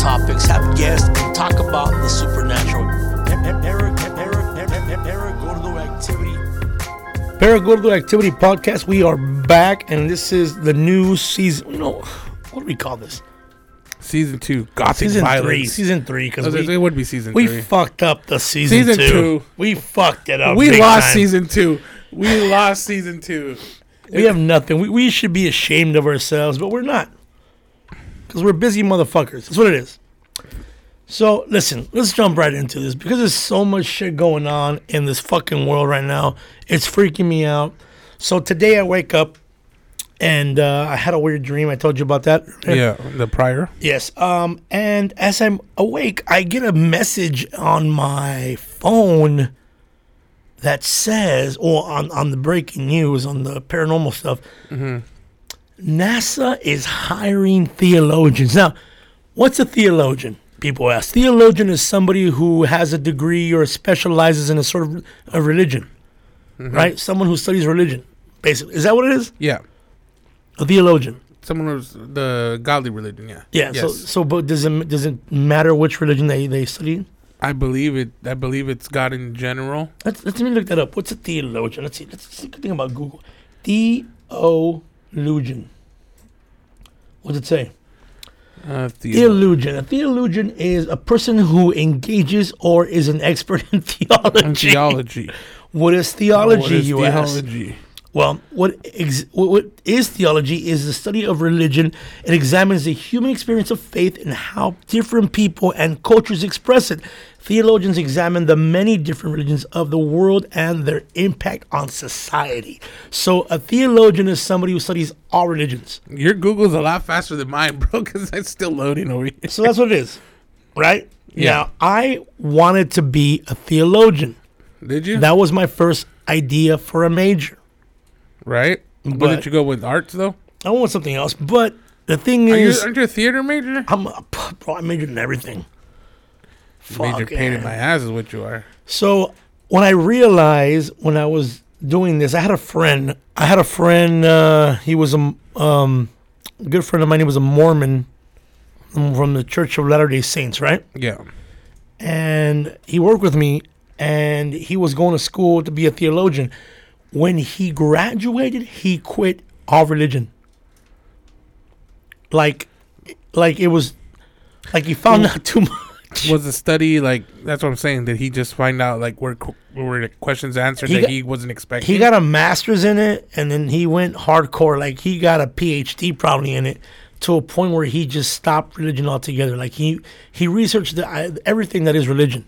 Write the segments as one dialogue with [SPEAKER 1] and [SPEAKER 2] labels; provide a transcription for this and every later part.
[SPEAKER 1] topics, have guests, talk about the supernatural. Eric, activity. Paragordo Activity Podcast. We are back, and this is the new season. You know, what do we call this?
[SPEAKER 2] Season two, gothic
[SPEAKER 1] Season three.
[SPEAKER 2] violence.
[SPEAKER 1] Season three,
[SPEAKER 2] I
[SPEAKER 1] because
[SPEAKER 2] was gonna say, it
[SPEAKER 1] we,
[SPEAKER 2] would be season
[SPEAKER 1] we
[SPEAKER 2] three.
[SPEAKER 1] fucked up the season,
[SPEAKER 2] Season
[SPEAKER 1] two.
[SPEAKER 2] two.
[SPEAKER 1] We fucked it up.
[SPEAKER 2] we
[SPEAKER 1] big
[SPEAKER 2] lost
[SPEAKER 1] time.
[SPEAKER 2] season two. We lost season two.
[SPEAKER 1] We have nothing. We, we should be ashamed of ourselves, but we're not. Because we're busy motherfuckers. That's what it is. So, listen, let's jump right into this because there's so much shit going on in this fucking world right now. It's freaking me out. So, today I wake up and uh, I had a weird dream. I told you about that.
[SPEAKER 2] Yeah, the prior.
[SPEAKER 1] Yes. Um, and as I'm awake, I get a message on my phone that says, or on, on the breaking news, on the paranormal stuff, NASA is hiring theologians. Now, what's a theologian? People ask. Theologian is somebody who has a degree or specializes in a sort of a religion, right? Someone who studies religion, basically. Is that what it is?
[SPEAKER 2] Yeah,
[SPEAKER 1] A theologian.
[SPEAKER 2] someone was the godly religion. Yeah.
[SPEAKER 1] Yeah. So,
[SPEAKER 2] Yes.
[SPEAKER 1] so, but does it does it matter which religion they they study?
[SPEAKER 2] I believe it. I believe it's God in general.
[SPEAKER 1] Let's let me look that up. What's a theologian? Let's see. Let's see. Good thing about Google. Theologian. What does it say?
[SPEAKER 2] Uh, the,
[SPEAKER 1] Theologian. A theologian is a person who engages or is an expert in
[SPEAKER 2] and
[SPEAKER 1] theology.
[SPEAKER 2] theology.
[SPEAKER 1] What is theology?
[SPEAKER 2] What is
[SPEAKER 1] you ask.
[SPEAKER 2] theology?
[SPEAKER 1] Well, what, ex- what what is theology is the study of religion. It examines the human experience of faith and how different people and cultures express it. Theologians examine the many different religions of the world and their impact on society. So, a theologian is somebody who studies all religions.
[SPEAKER 2] Your Google's a lot faster than mine, bro, because it's still loading over here.
[SPEAKER 1] So that's what it is, right?
[SPEAKER 2] Yeah.
[SPEAKER 1] Now, I wanted to be a theologian.
[SPEAKER 2] Did you?
[SPEAKER 1] That was my first idea for a major.
[SPEAKER 2] right? But
[SPEAKER 1] But-
[SPEAKER 2] did you go with arts though?
[SPEAKER 1] I want something else, but the thing
[SPEAKER 2] Are you,
[SPEAKER 1] is,
[SPEAKER 2] aren't you a theater major?
[SPEAKER 1] I'm a, bro, I majored in everything.
[SPEAKER 2] Major
[SPEAKER 1] Fuck,
[SPEAKER 2] pain in
[SPEAKER 1] man.
[SPEAKER 2] my ass is what you are.
[SPEAKER 1] So when I realized when I was doing this, I had a friend. I had a friend. Uh, he was a m- um, good friend of mine. He was a Mormon um, from the Church of Latter Day Saints, right?
[SPEAKER 2] Yeah.
[SPEAKER 1] And he worked with me, and he was going to school to be a theologian. When he graduated, he quit all religion. Like, like it was, like he found out too much.
[SPEAKER 2] Was the study like? That's what I'm saying. Did he just find out like where qu- where the questions answered
[SPEAKER 1] He
[SPEAKER 2] that
[SPEAKER 1] got-
[SPEAKER 2] he wasn't expecting?
[SPEAKER 1] he got a master's in it and then he went hardcore like he got a phd probably in it to a point where he just stopped religion altogether like he he researched the, I- everything that is religion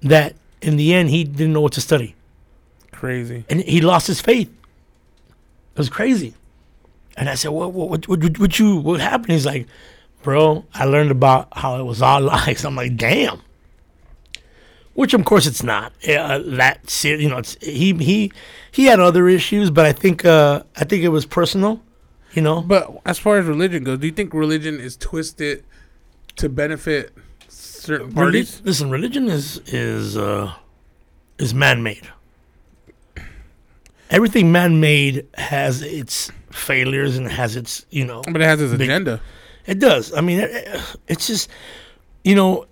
[SPEAKER 1] that in the end he didn't know what to study
[SPEAKER 2] crazy.
[SPEAKER 1] and he lost his faith it was crazy and i said what what what, what, what you what happened he's like bro i learned about how it was all lies i'm like damn which of course it's not uh, that ser- you know it's he he he had other issues but i think uh i think it was personal you know
[SPEAKER 2] But as far as religion goes, do you think religion is twisted to benefit certain
[SPEAKER 1] Reli-
[SPEAKER 2] parties?
[SPEAKER 1] listen religion is is uh is man-made everything man-made has its failures and has its you know
[SPEAKER 2] But it has its
[SPEAKER 1] Big-
[SPEAKER 2] agenda.
[SPEAKER 1] It does. I mean, it- it, it's just, you know,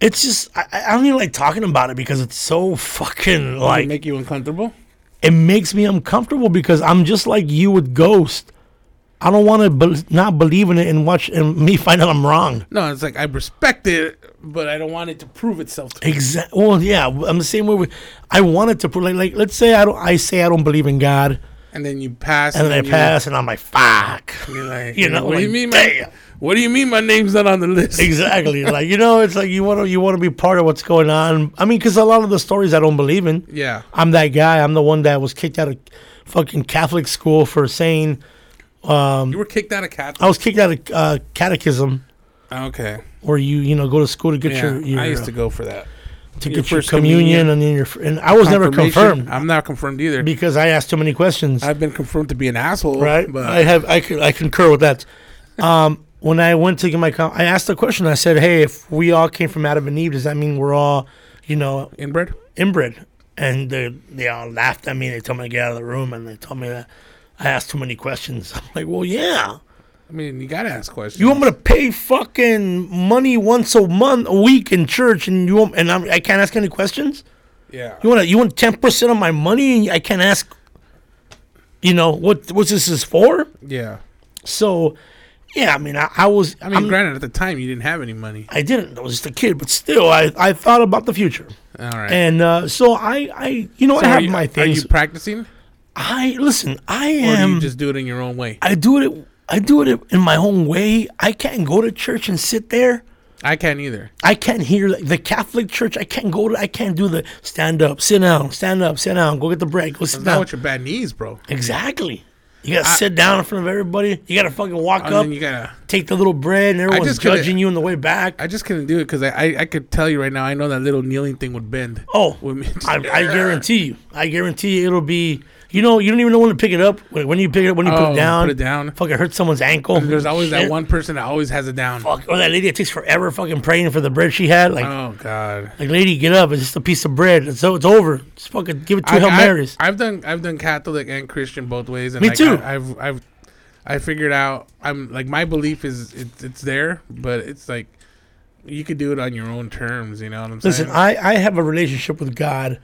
[SPEAKER 1] it's just. I, I I don't even like talking about it because it's so fucking
[SPEAKER 2] Like,
[SPEAKER 1] like
[SPEAKER 2] make you uncomfortable.
[SPEAKER 1] it makes me uncomfortable because I'm just like you with Ghost. I don't want to be- not believe in it and watch and me find out I'm wrong.
[SPEAKER 2] No, it's like I respect it, but I don't want it to prove itself. to me.
[SPEAKER 1] Exactly. Well, yeah, I'm the same way. With, I wanted to put like like let's say I don't I say I don't believe in God
[SPEAKER 2] And then you pass.
[SPEAKER 1] and then I
[SPEAKER 2] you-
[SPEAKER 1] pass and I'm like fuck.
[SPEAKER 2] You're like,
[SPEAKER 1] You know,
[SPEAKER 2] what do you
[SPEAKER 1] like,
[SPEAKER 2] mean?
[SPEAKER 1] damn.
[SPEAKER 2] My, what do you mean? My name's not on the list.
[SPEAKER 1] Exactly. like you know, it's like you want to you want to be part of what's going on. I mean, because a lot of the stories I don't believe in.
[SPEAKER 2] Yeah.
[SPEAKER 1] I'm that guy. I'm the one that was kicked out of fucking Catholic school for saying um,
[SPEAKER 2] You were kicked out of Catholic.
[SPEAKER 1] I was kicked out of uh, catechism, um,
[SPEAKER 2] okay.
[SPEAKER 1] where you you know go to school to get
[SPEAKER 2] Yeah.
[SPEAKER 1] your, your
[SPEAKER 2] I used
[SPEAKER 1] uh,
[SPEAKER 2] to go for that.
[SPEAKER 1] to
[SPEAKER 2] your
[SPEAKER 1] get your
[SPEAKER 2] first
[SPEAKER 1] communion,
[SPEAKER 2] communion.
[SPEAKER 1] and then your fr- and I was never
[SPEAKER 2] Confirmation,
[SPEAKER 1] confirmed
[SPEAKER 2] I'm not confirmed either.
[SPEAKER 1] because I asked too many questions.
[SPEAKER 2] I've been confirmed to be an asshole.
[SPEAKER 1] right?
[SPEAKER 2] But
[SPEAKER 1] I have I could I concur with that. Um, when I went to get my com- I asked the question. I said, "Hey, if we all came from Adam and Eve, does that mean we're all you know
[SPEAKER 2] inbred.
[SPEAKER 1] inbred. And they, they all laughed at me. They told me to get out of the room and they told me that I asked too many questions. I'm like, well, yeah.
[SPEAKER 2] mean, you gotta ask questions.
[SPEAKER 1] You want me to pay fucking money once a month, a week in church, and you want, and I'm, I can't ask any questions?
[SPEAKER 2] yeah.
[SPEAKER 1] You want to, you want ten percent of my money, and I can't ask. You know what? What this is for?
[SPEAKER 2] yeah.
[SPEAKER 1] So, yeah, I mean, I, I was,
[SPEAKER 2] I mean, granted, at the time you didn't have any money.
[SPEAKER 1] I didn't. I was just a kid, but still, I, I thought about the future,
[SPEAKER 2] All right.
[SPEAKER 1] and uh, so I, I, you know, I
[SPEAKER 2] So are
[SPEAKER 1] have
[SPEAKER 2] you-
[SPEAKER 1] my
[SPEAKER 2] Are
[SPEAKER 1] things. Um,
[SPEAKER 2] you practicing,
[SPEAKER 1] I listen. I
[SPEAKER 2] or
[SPEAKER 1] am.
[SPEAKER 2] do you just do it in your own way?
[SPEAKER 1] I do it. I do it in my own way. I can't go to church and sit there.
[SPEAKER 2] I can't either.
[SPEAKER 1] I can't hear like, the Catholic Church. I can't go to. I can't do the stand up, sit down, stand up, sit down. Go get the bread. Go sit
[SPEAKER 2] Not
[SPEAKER 1] down.
[SPEAKER 2] with your bad knees, bro.
[SPEAKER 1] Exactly. You gotta sit down in front of everybody. You gotta fucking walk
[SPEAKER 2] And
[SPEAKER 1] up,
[SPEAKER 2] then you gotta.
[SPEAKER 1] take the little bread, and everyone's
[SPEAKER 2] just couldn't-
[SPEAKER 1] judging you on the way back.
[SPEAKER 2] I just couldn't do it because I, I I could tell you right now. I know that little kneeling thing would bend.
[SPEAKER 1] oh,
[SPEAKER 2] With me.
[SPEAKER 1] I, I guarantee you. I guarantee you it'll be. You know, you don't even know when to pick it up. When when you pick it up, when you put
[SPEAKER 2] Oh,
[SPEAKER 1] it down,
[SPEAKER 2] put it down.
[SPEAKER 1] Fucking hurt someone's ankle.
[SPEAKER 2] There's always that
[SPEAKER 1] Shit.
[SPEAKER 2] one person that always has it down.
[SPEAKER 1] Fuck, or that lady that takes forever fucking praying for the bread she had. Like,
[SPEAKER 2] Oh God.
[SPEAKER 1] like lady, get up. It's just a piece of bread. So it's over. Just fucking give it two
[SPEAKER 2] I-
[SPEAKER 1] Hail
[SPEAKER 2] I-
[SPEAKER 1] Marys.
[SPEAKER 2] I've done I've done Catholic and Christian both ways. And
[SPEAKER 1] Me
[SPEAKER 2] like,
[SPEAKER 1] too.
[SPEAKER 2] I, I've I've I figured out I'm like my belief is it's it's there, but it's like you could do it on your own terms. You know what I'm
[SPEAKER 1] Listen,
[SPEAKER 2] saying?
[SPEAKER 1] I, I have a relationship with God,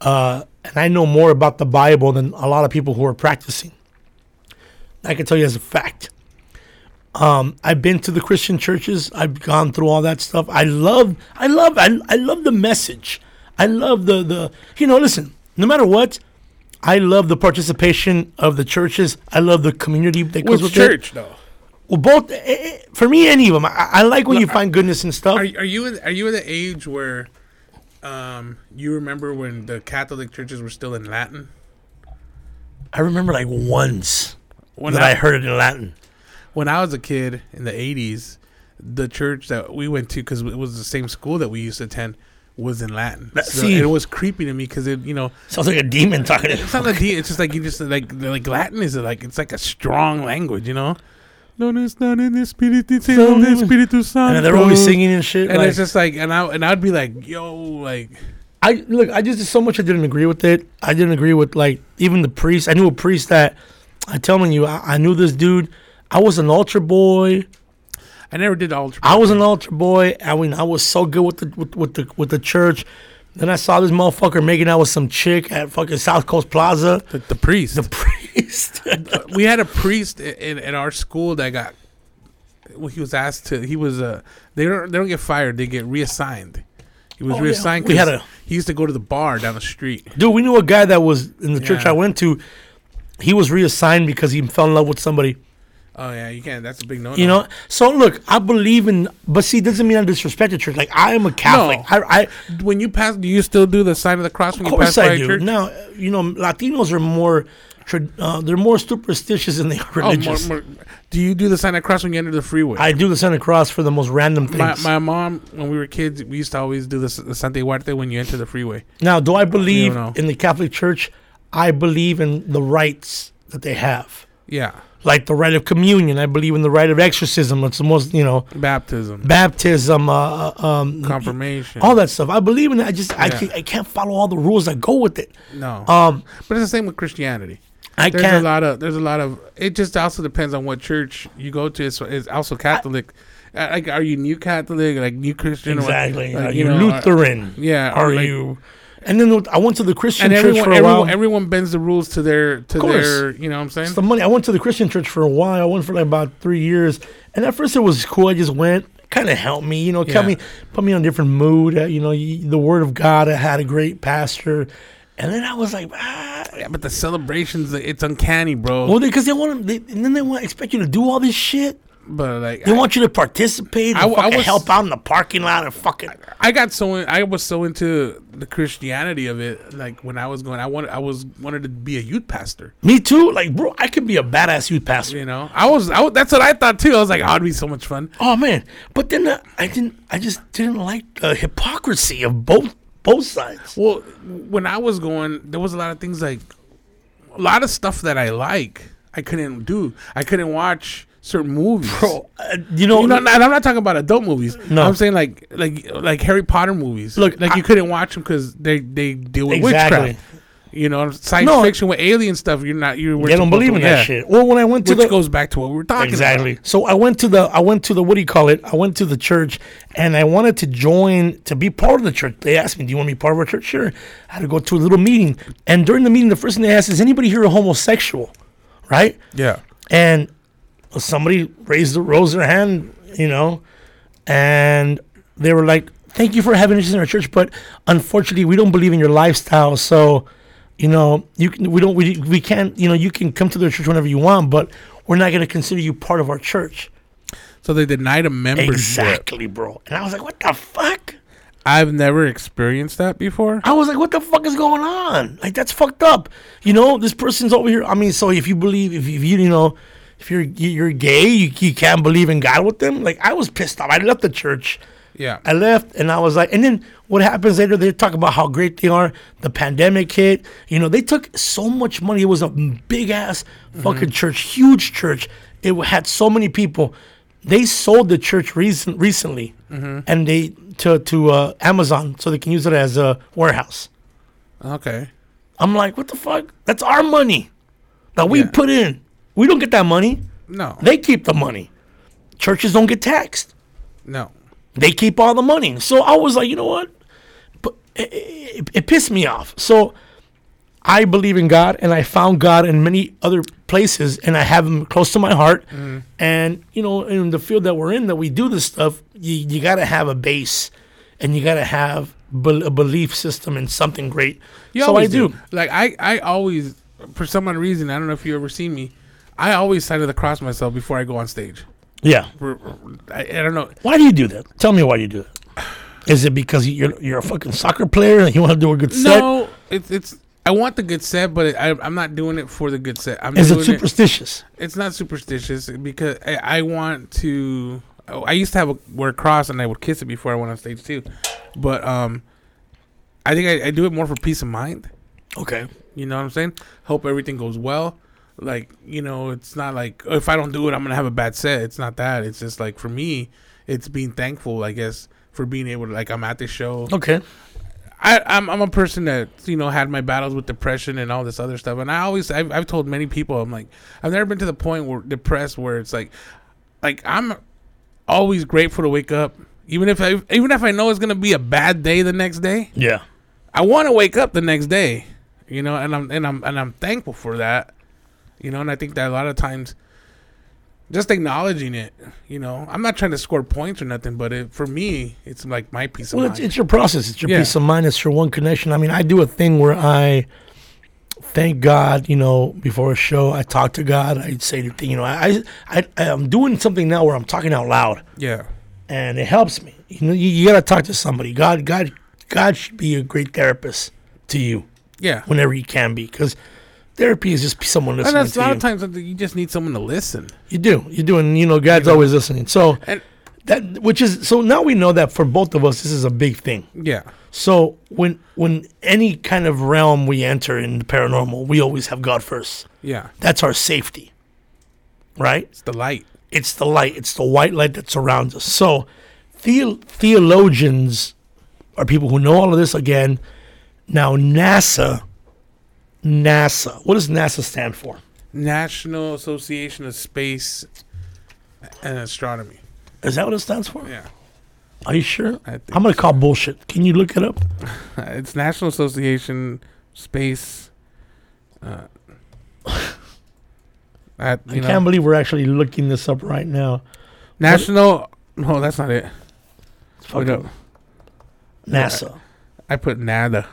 [SPEAKER 1] uh, and I know more about the Bible than a lot of people who are practicing. I can tell you as a fact. Um, I've been to the Christian churches. I've gone through all that stuff. I love, I love, I, I love the message. I love the the you know. Listen, no matter what, I love the participation of the churches. I love the community that goes
[SPEAKER 2] Which
[SPEAKER 1] with it.
[SPEAKER 2] church though?
[SPEAKER 1] Well, both eh, eh, for me, any of them. I, I like when you find goodness and stuff.
[SPEAKER 2] Are are you in- are you at the age where um you remember when the Catholic churches were still in Latin?
[SPEAKER 1] I remember like once.
[SPEAKER 2] When
[SPEAKER 1] that I heard it in Latin.
[SPEAKER 2] when I was a kid in the '80s, the church that we went to because it was the same school that we used to attend was in Latin.
[SPEAKER 1] That-
[SPEAKER 2] So
[SPEAKER 1] see-
[SPEAKER 2] it was creepy to me because it, you know,
[SPEAKER 1] Sounds like a demon talking to you.
[SPEAKER 2] it's not like the- it's just like you just like like Latin is like it's like a strong language, you know. No, no, it's not in the spirit. It's in the Espiritu Santo.
[SPEAKER 1] And they're always singing and shit.
[SPEAKER 2] And
[SPEAKER 1] like-
[SPEAKER 2] it's just like, and I and I'd be like, yo, like,
[SPEAKER 1] I look. I just there's so much I didn't agree with it. I didn't agree with like even the priest. I knew a priest that I'm telling you. I, I knew this dude. I was an altar boy.
[SPEAKER 2] I never did altar.
[SPEAKER 1] I was an altar boy. I mean, I was so good with the with, with the with the church. Then I saw this motherfucker making out with some chick at fucking South Coast Plaza.
[SPEAKER 2] the, the priest.
[SPEAKER 1] The priest.
[SPEAKER 2] we had a priest i- in, in our school that got well, he was asked to he was uh they don't they don't get fired they get reassigned he was
[SPEAKER 1] Oh, yeah.
[SPEAKER 2] reassigned
[SPEAKER 1] We had
[SPEAKER 2] 'cause
[SPEAKER 1] a-
[SPEAKER 2] he used to go to the bar down the street
[SPEAKER 1] Dude, we knew a guy that was in the church
[SPEAKER 2] Yeah.
[SPEAKER 1] I went to. He was reassigned because he fell in love with somebody.
[SPEAKER 2] oh yeah you can't that's a big no
[SPEAKER 1] You know, so look, I believe in, but see, doesn't mean I disrespect the church. Like I am a Catholic.
[SPEAKER 2] No.
[SPEAKER 1] I, I
[SPEAKER 2] when you pass do you still do the sign of the cross when
[SPEAKER 1] of
[SPEAKER 2] you pass
[SPEAKER 1] course
[SPEAKER 2] by
[SPEAKER 1] I
[SPEAKER 2] a
[SPEAKER 1] do.
[SPEAKER 2] church
[SPEAKER 1] Now, you know, Latinos are more, trad- uh, they're more superstitious than they are
[SPEAKER 2] oh,
[SPEAKER 1] religious.
[SPEAKER 2] more, more, do you do the sign of the cross when you enter the freeway
[SPEAKER 1] I do the Santa Cross for the most random
[SPEAKER 2] my,
[SPEAKER 1] things.
[SPEAKER 2] my mom when we were kids we used to always do this the Santa Huerta when you enter the freeway
[SPEAKER 1] now, do I believe
[SPEAKER 2] know.
[SPEAKER 1] in the Catholic Church? I believe in the rights that they have,
[SPEAKER 2] yeah
[SPEAKER 1] like the right of communion. I believe in the right of exorcism. It's the most, you know,
[SPEAKER 2] baptism
[SPEAKER 1] baptism, uh, uh, um,
[SPEAKER 2] confirmation
[SPEAKER 1] all that stuff. I believe in it. I just I,
[SPEAKER 2] Yeah.
[SPEAKER 1] can't, I can't follow all the rules that go with it.
[SPEAKER 2] no
[SPEAKER 1] Um,
[SPEAKER 2] but it's the same with Christianity
[SPEAKER 1] I
[SPEAKER 2] there's
[SPEAKER 1] can't.
[SPEAKER 2] a lot of there's a lot of it just also depends on what church you go to it's, it's also catholic Uh, like are you new catholic like new christian or what-
[SPEAKER 1] Exactly.
[SPEAKER 2] like,
[SPEAKER 1] are you,
[SPEAKER 2] know, uh,
[SPEAKER 1] Lutheran?
[SPEAKER 2] yeah,
[SPEAKER 1] Are
[SPEAKER 2] or like-
[SPEAKER 1] you? And then I went to the Christian
[SPEAKER 2] and
[SPEAKER 1] church
[SPEAKER 2] everyone,
[SPEAKER 1] for a
[SPEAKER 2] everyone
[SPEAKER 1] while.
[SPEAKER 2] everyone bends the rules to their to
[SPEAKER 1] course.
[SPEAKER 2] their you know what i'm saying
[SPEAKER 1] It's the money. I went to the Christian church for a while. I went for like about three years. And at first it was cool. I just went. Kind of helped me, you know, kept
[SPEAKER 2] Yeah.
[SPEAKER 1] me, put me on a different mood. Uh, you know, y the Word of God. I had a great pastor, and then I was like, ah,
[SPEAKER 2] yeah, but the celebrations it's uncanny bro
[SPEAKER 1] well, because they, want to, they, and then they want to expect you to do all this shit.
[SPEAKER 2] but like
[SPEAKER 1] They want you to participate. And
[SPEAKER 2] I w- I
[SPEAKER 1] fucking
[SPEAKER 2] was-
[SPEAKER 1] help out in the parking lot and fucking.
[SPEAKER 2] I got so in, I was so into the Christianity of it. Like when I was going, I wanted I was wanted to be a youth pastor.
[SPEAKER 1] Me too. Like, bro, I could be a badass youth pastor.
[SPEAKER 2] You know, I was, I was that's what I thought too. I was like, oh, it'd be so much fun.
[SPEAKER 1] Oh man, but then uh, I didn't. I just didn't like the hypocrisy of both both sides.
[SPEAKER 2] Well, when I was going, there was a lot of things like a lot of stuff that I like. I couldn't do. I couldn't watch certain movies.
[SPEAKER 1] Bro, uh, you know,
[SPEAKER 2] You know, and I'm not talking about adult movies.
[SPEAKER 1] No.
[SPEAKER 2] I'm saying like like like Harry Potter movies.
[SPEAKER 1] Look,
[SPEAKER 2] like
[SPEAKER 1] I-
[SPEAKER 2] you couldn't watch them because they they deal with
[SPEAKER 1] Exactly.
[SPEAKER 2] witchcraft. You know, science
[SPEAKER 1] No.
[SPEAKER 2] fiction with alien stuff. You're not. You
[SPEAKER 1] They don't believe in that shit. Or when I went to
[SPEAKER 2] Which
[SPEAKER 1] the
[SPEAKER 2] goes back to what we were talking
[SPEAKER 1] exactly.
[SPEAKER 2] about.
[SPEAKER 1] So I went to the I went to the what do you call it? I went to the church and I wanted to join to be part of the church. They asked me, "Do you want to be part of our church?" Sure. I had to go to a little meeting, and during the meeting, the first thing they asked is, "Anybody here homosexual?" Right?
[SPEAKER 2] Yeah.
[SPEAKER 1] And somebody raised rose their hand, you know, and they were like, "Thank you for having us in our church, but unfortunately, we don't believe in your lifestyle. So, you know, you can, we don't we, we can't you know you can come to the church whenever you want, but we're not going to consider you part of our church."
[SPEAKER 2] So they denied a membership.
[SPEAKER 1] Exactly, bro. And I was like, "What the fuck?"
[SPEAKER 2] I've never experienced that before.
[SPEAKER 1] I was like, what the fuck is going on? Like, that's fucked up. You know, this person's over here. I mean, so if you believe, if you, if you, you know, if you're you're gay, you, you can't believe in God with them. Like, I was pissed off. I left the church.
[SPEAKER 2] Yeah.
[SPEAKER 1] I left and I was like, and then what happens later? They talk about how great they are. The pandemic hit. You know, they took so much money. It was a big ass
[SPEAKER 2] Mm-hmm.
[SPEAKER 1] fucking church, huge church. It w- had so many people. They sold the church recent, recently,
[SPEAKER 2] Mm-hmm.
[SPEAKER 1] and they to to uh, Amazon so they can use it as a warehouse.
[SPEAKER 2] Okay.
[SPEAKER 1] I'm like, what the fuck? That's our money that we
[SPEAKER 2] Yeah.
[SPEAKER 1] put in. We don't get that money.
[SPEAKER 2] No.
[SPEAKER 1] They keep the money. Churches don't get taxed.
[SPEAKER 2] no.
[SPEAKER 1] They keep all the money. So I was like, you know what? But it, it, it pissed me off. So I believe in God, and I found God in many other places, and I have Him close to my heart.
[SPEAKER 2] Mm.
[SPEAKER 1] And you know, in the field that we're in, that we do this stuff, you, you got to have a base, and you got to have bel a belief system in something great.
[SPEAKER 2] You
[SPEAKER 1] so I
[SPEAKER 2] always
[SPEAKER 1] do.
[SPEAKER 2] Like I, I always, for some odd reason, I don't know if you ever seen me. I always side of the cross myself before I go on stage.
[SPEAKER 1] Yeah.
[SPEAKER 2] R- r- I, I don't know.
[SPEAKER 1] Why do you do that? Tell me why you do that. Is it because you're you're a fucking soccer player and you want to do a good set?
[SPEAKER 2] No, it's it's. I want the good set, but I, I'm not doing it for the good set. I'm
[SPEAKER 1] Is
[SPEAKER 2] doing
[SPEAKER 1] it superstitious?
[SPEAKER 2] It's not superstitious because I, I want to. oh, I used to have a wear a cross and I would kiss it before I went on stage too, but um, I think I, I do it more for peace of mind.
[SPEAKER 1] Okay.
[SPEAKER 2] You know what I'm saying? Hope everything goes well. Like you know, it's not like "Oh, if I don't do it, I'm gonna have a bad set. It's not that. It's just like for me, it's being thankful, I guess, for being able to like I'm at this show.
[SPEAKER 1] Okay.
[SPEAKER 2] I, I'm I'm a person that you know had my battles with depression and all this other stuff, and I always I've, I've told many people I'm like I've never been to the point where depressed where it's like like I'm always grateful to wake up, even if I even if I know it's gonna be a bad day the next day,
[SPEAKER 1] Yeah.
[SPEAKER 2] I want to wake up the next day, you know, and I'm and I'm and I'm thankful for that, you know, and I think that a lot of times just acknowledging it, you know, I'm not trying to score points or nothing, but it, for me it's like my piece of
[SPEAKER 1] Well, it's,
[SPEAKER 2] mind.
[SPEAKER 1] it's your process. It's your
[SPEAKER 2] Yeah.
[SPEAKER 1] peace of mind. It's your one connection. I mean, I do a thing where I thank God. You know, before a show, I talk to God. I say the thing. You know, I I I- I'm doing something now where I'm talking out loud.
[SPEAKER 2] yeah.
[SPEAKER 1] and it helps me. You know, you, you gotta talk to somebody. God, God, God should be a great therapist to you
[SPEAKER 2] Yeah.
[SPEAKER 1] whenever he can be, because therapy is just someone
[SPEAKER 2] And
[SPEAKER 1] listening
[SPEAKER 2] that's a
[SPEAKER 1] to
[SPEAKER 2] lot
[SPEAKER 1] you.
[SPEAKER 2] of times something you just need someone to listen.
[SPEAKER 1] you do, you do, and you know, God's always listening. So
[SPEAKER 2] And
[SPEAKER 1] that, which is, so now we know that for both of us, this is a big thing.
[SPEAKER 2] yeah,
[SPEAKER 1] So when when any kind of realm we enter in the paranormal, we always have God first.
[SPEAKER 2] yeah,
[SPEAKER 1] That's our safety, right?
[SPEAKER 2] it's the light.
[SPEAKER 1] it's the light it's the white light that surrounds us so theo- theologians are people who know all of this again now nasa nasa what does nasa stand for
[SPEAKER 2] National Association of Space and Astronomy.
[SPEAKER 1] is that what it stands for
[SPEAKER 2] Yeah,
[SPEAKER 1] are you sure
[SPEAKER 2] I think
[SPEAKER 1] i'm gonna call bullshit can you look it up
[SPEAKER 2] it's National Association Space. Uh, at, you
[SPEAKER 1] i
[SPEAKER 2] know,
[SPEAKER 1] can't believe we're actually looking this up right now
[SPEAKER 2] National. No, that's not it.
[SPEAKER 1] It's
[SPEAKER 2] Wait
[SPEAKER 1] fucking
[SPEAKER 2] up.
[SPEAKER 1] nasa
[SPEAKER 2] I put NADA.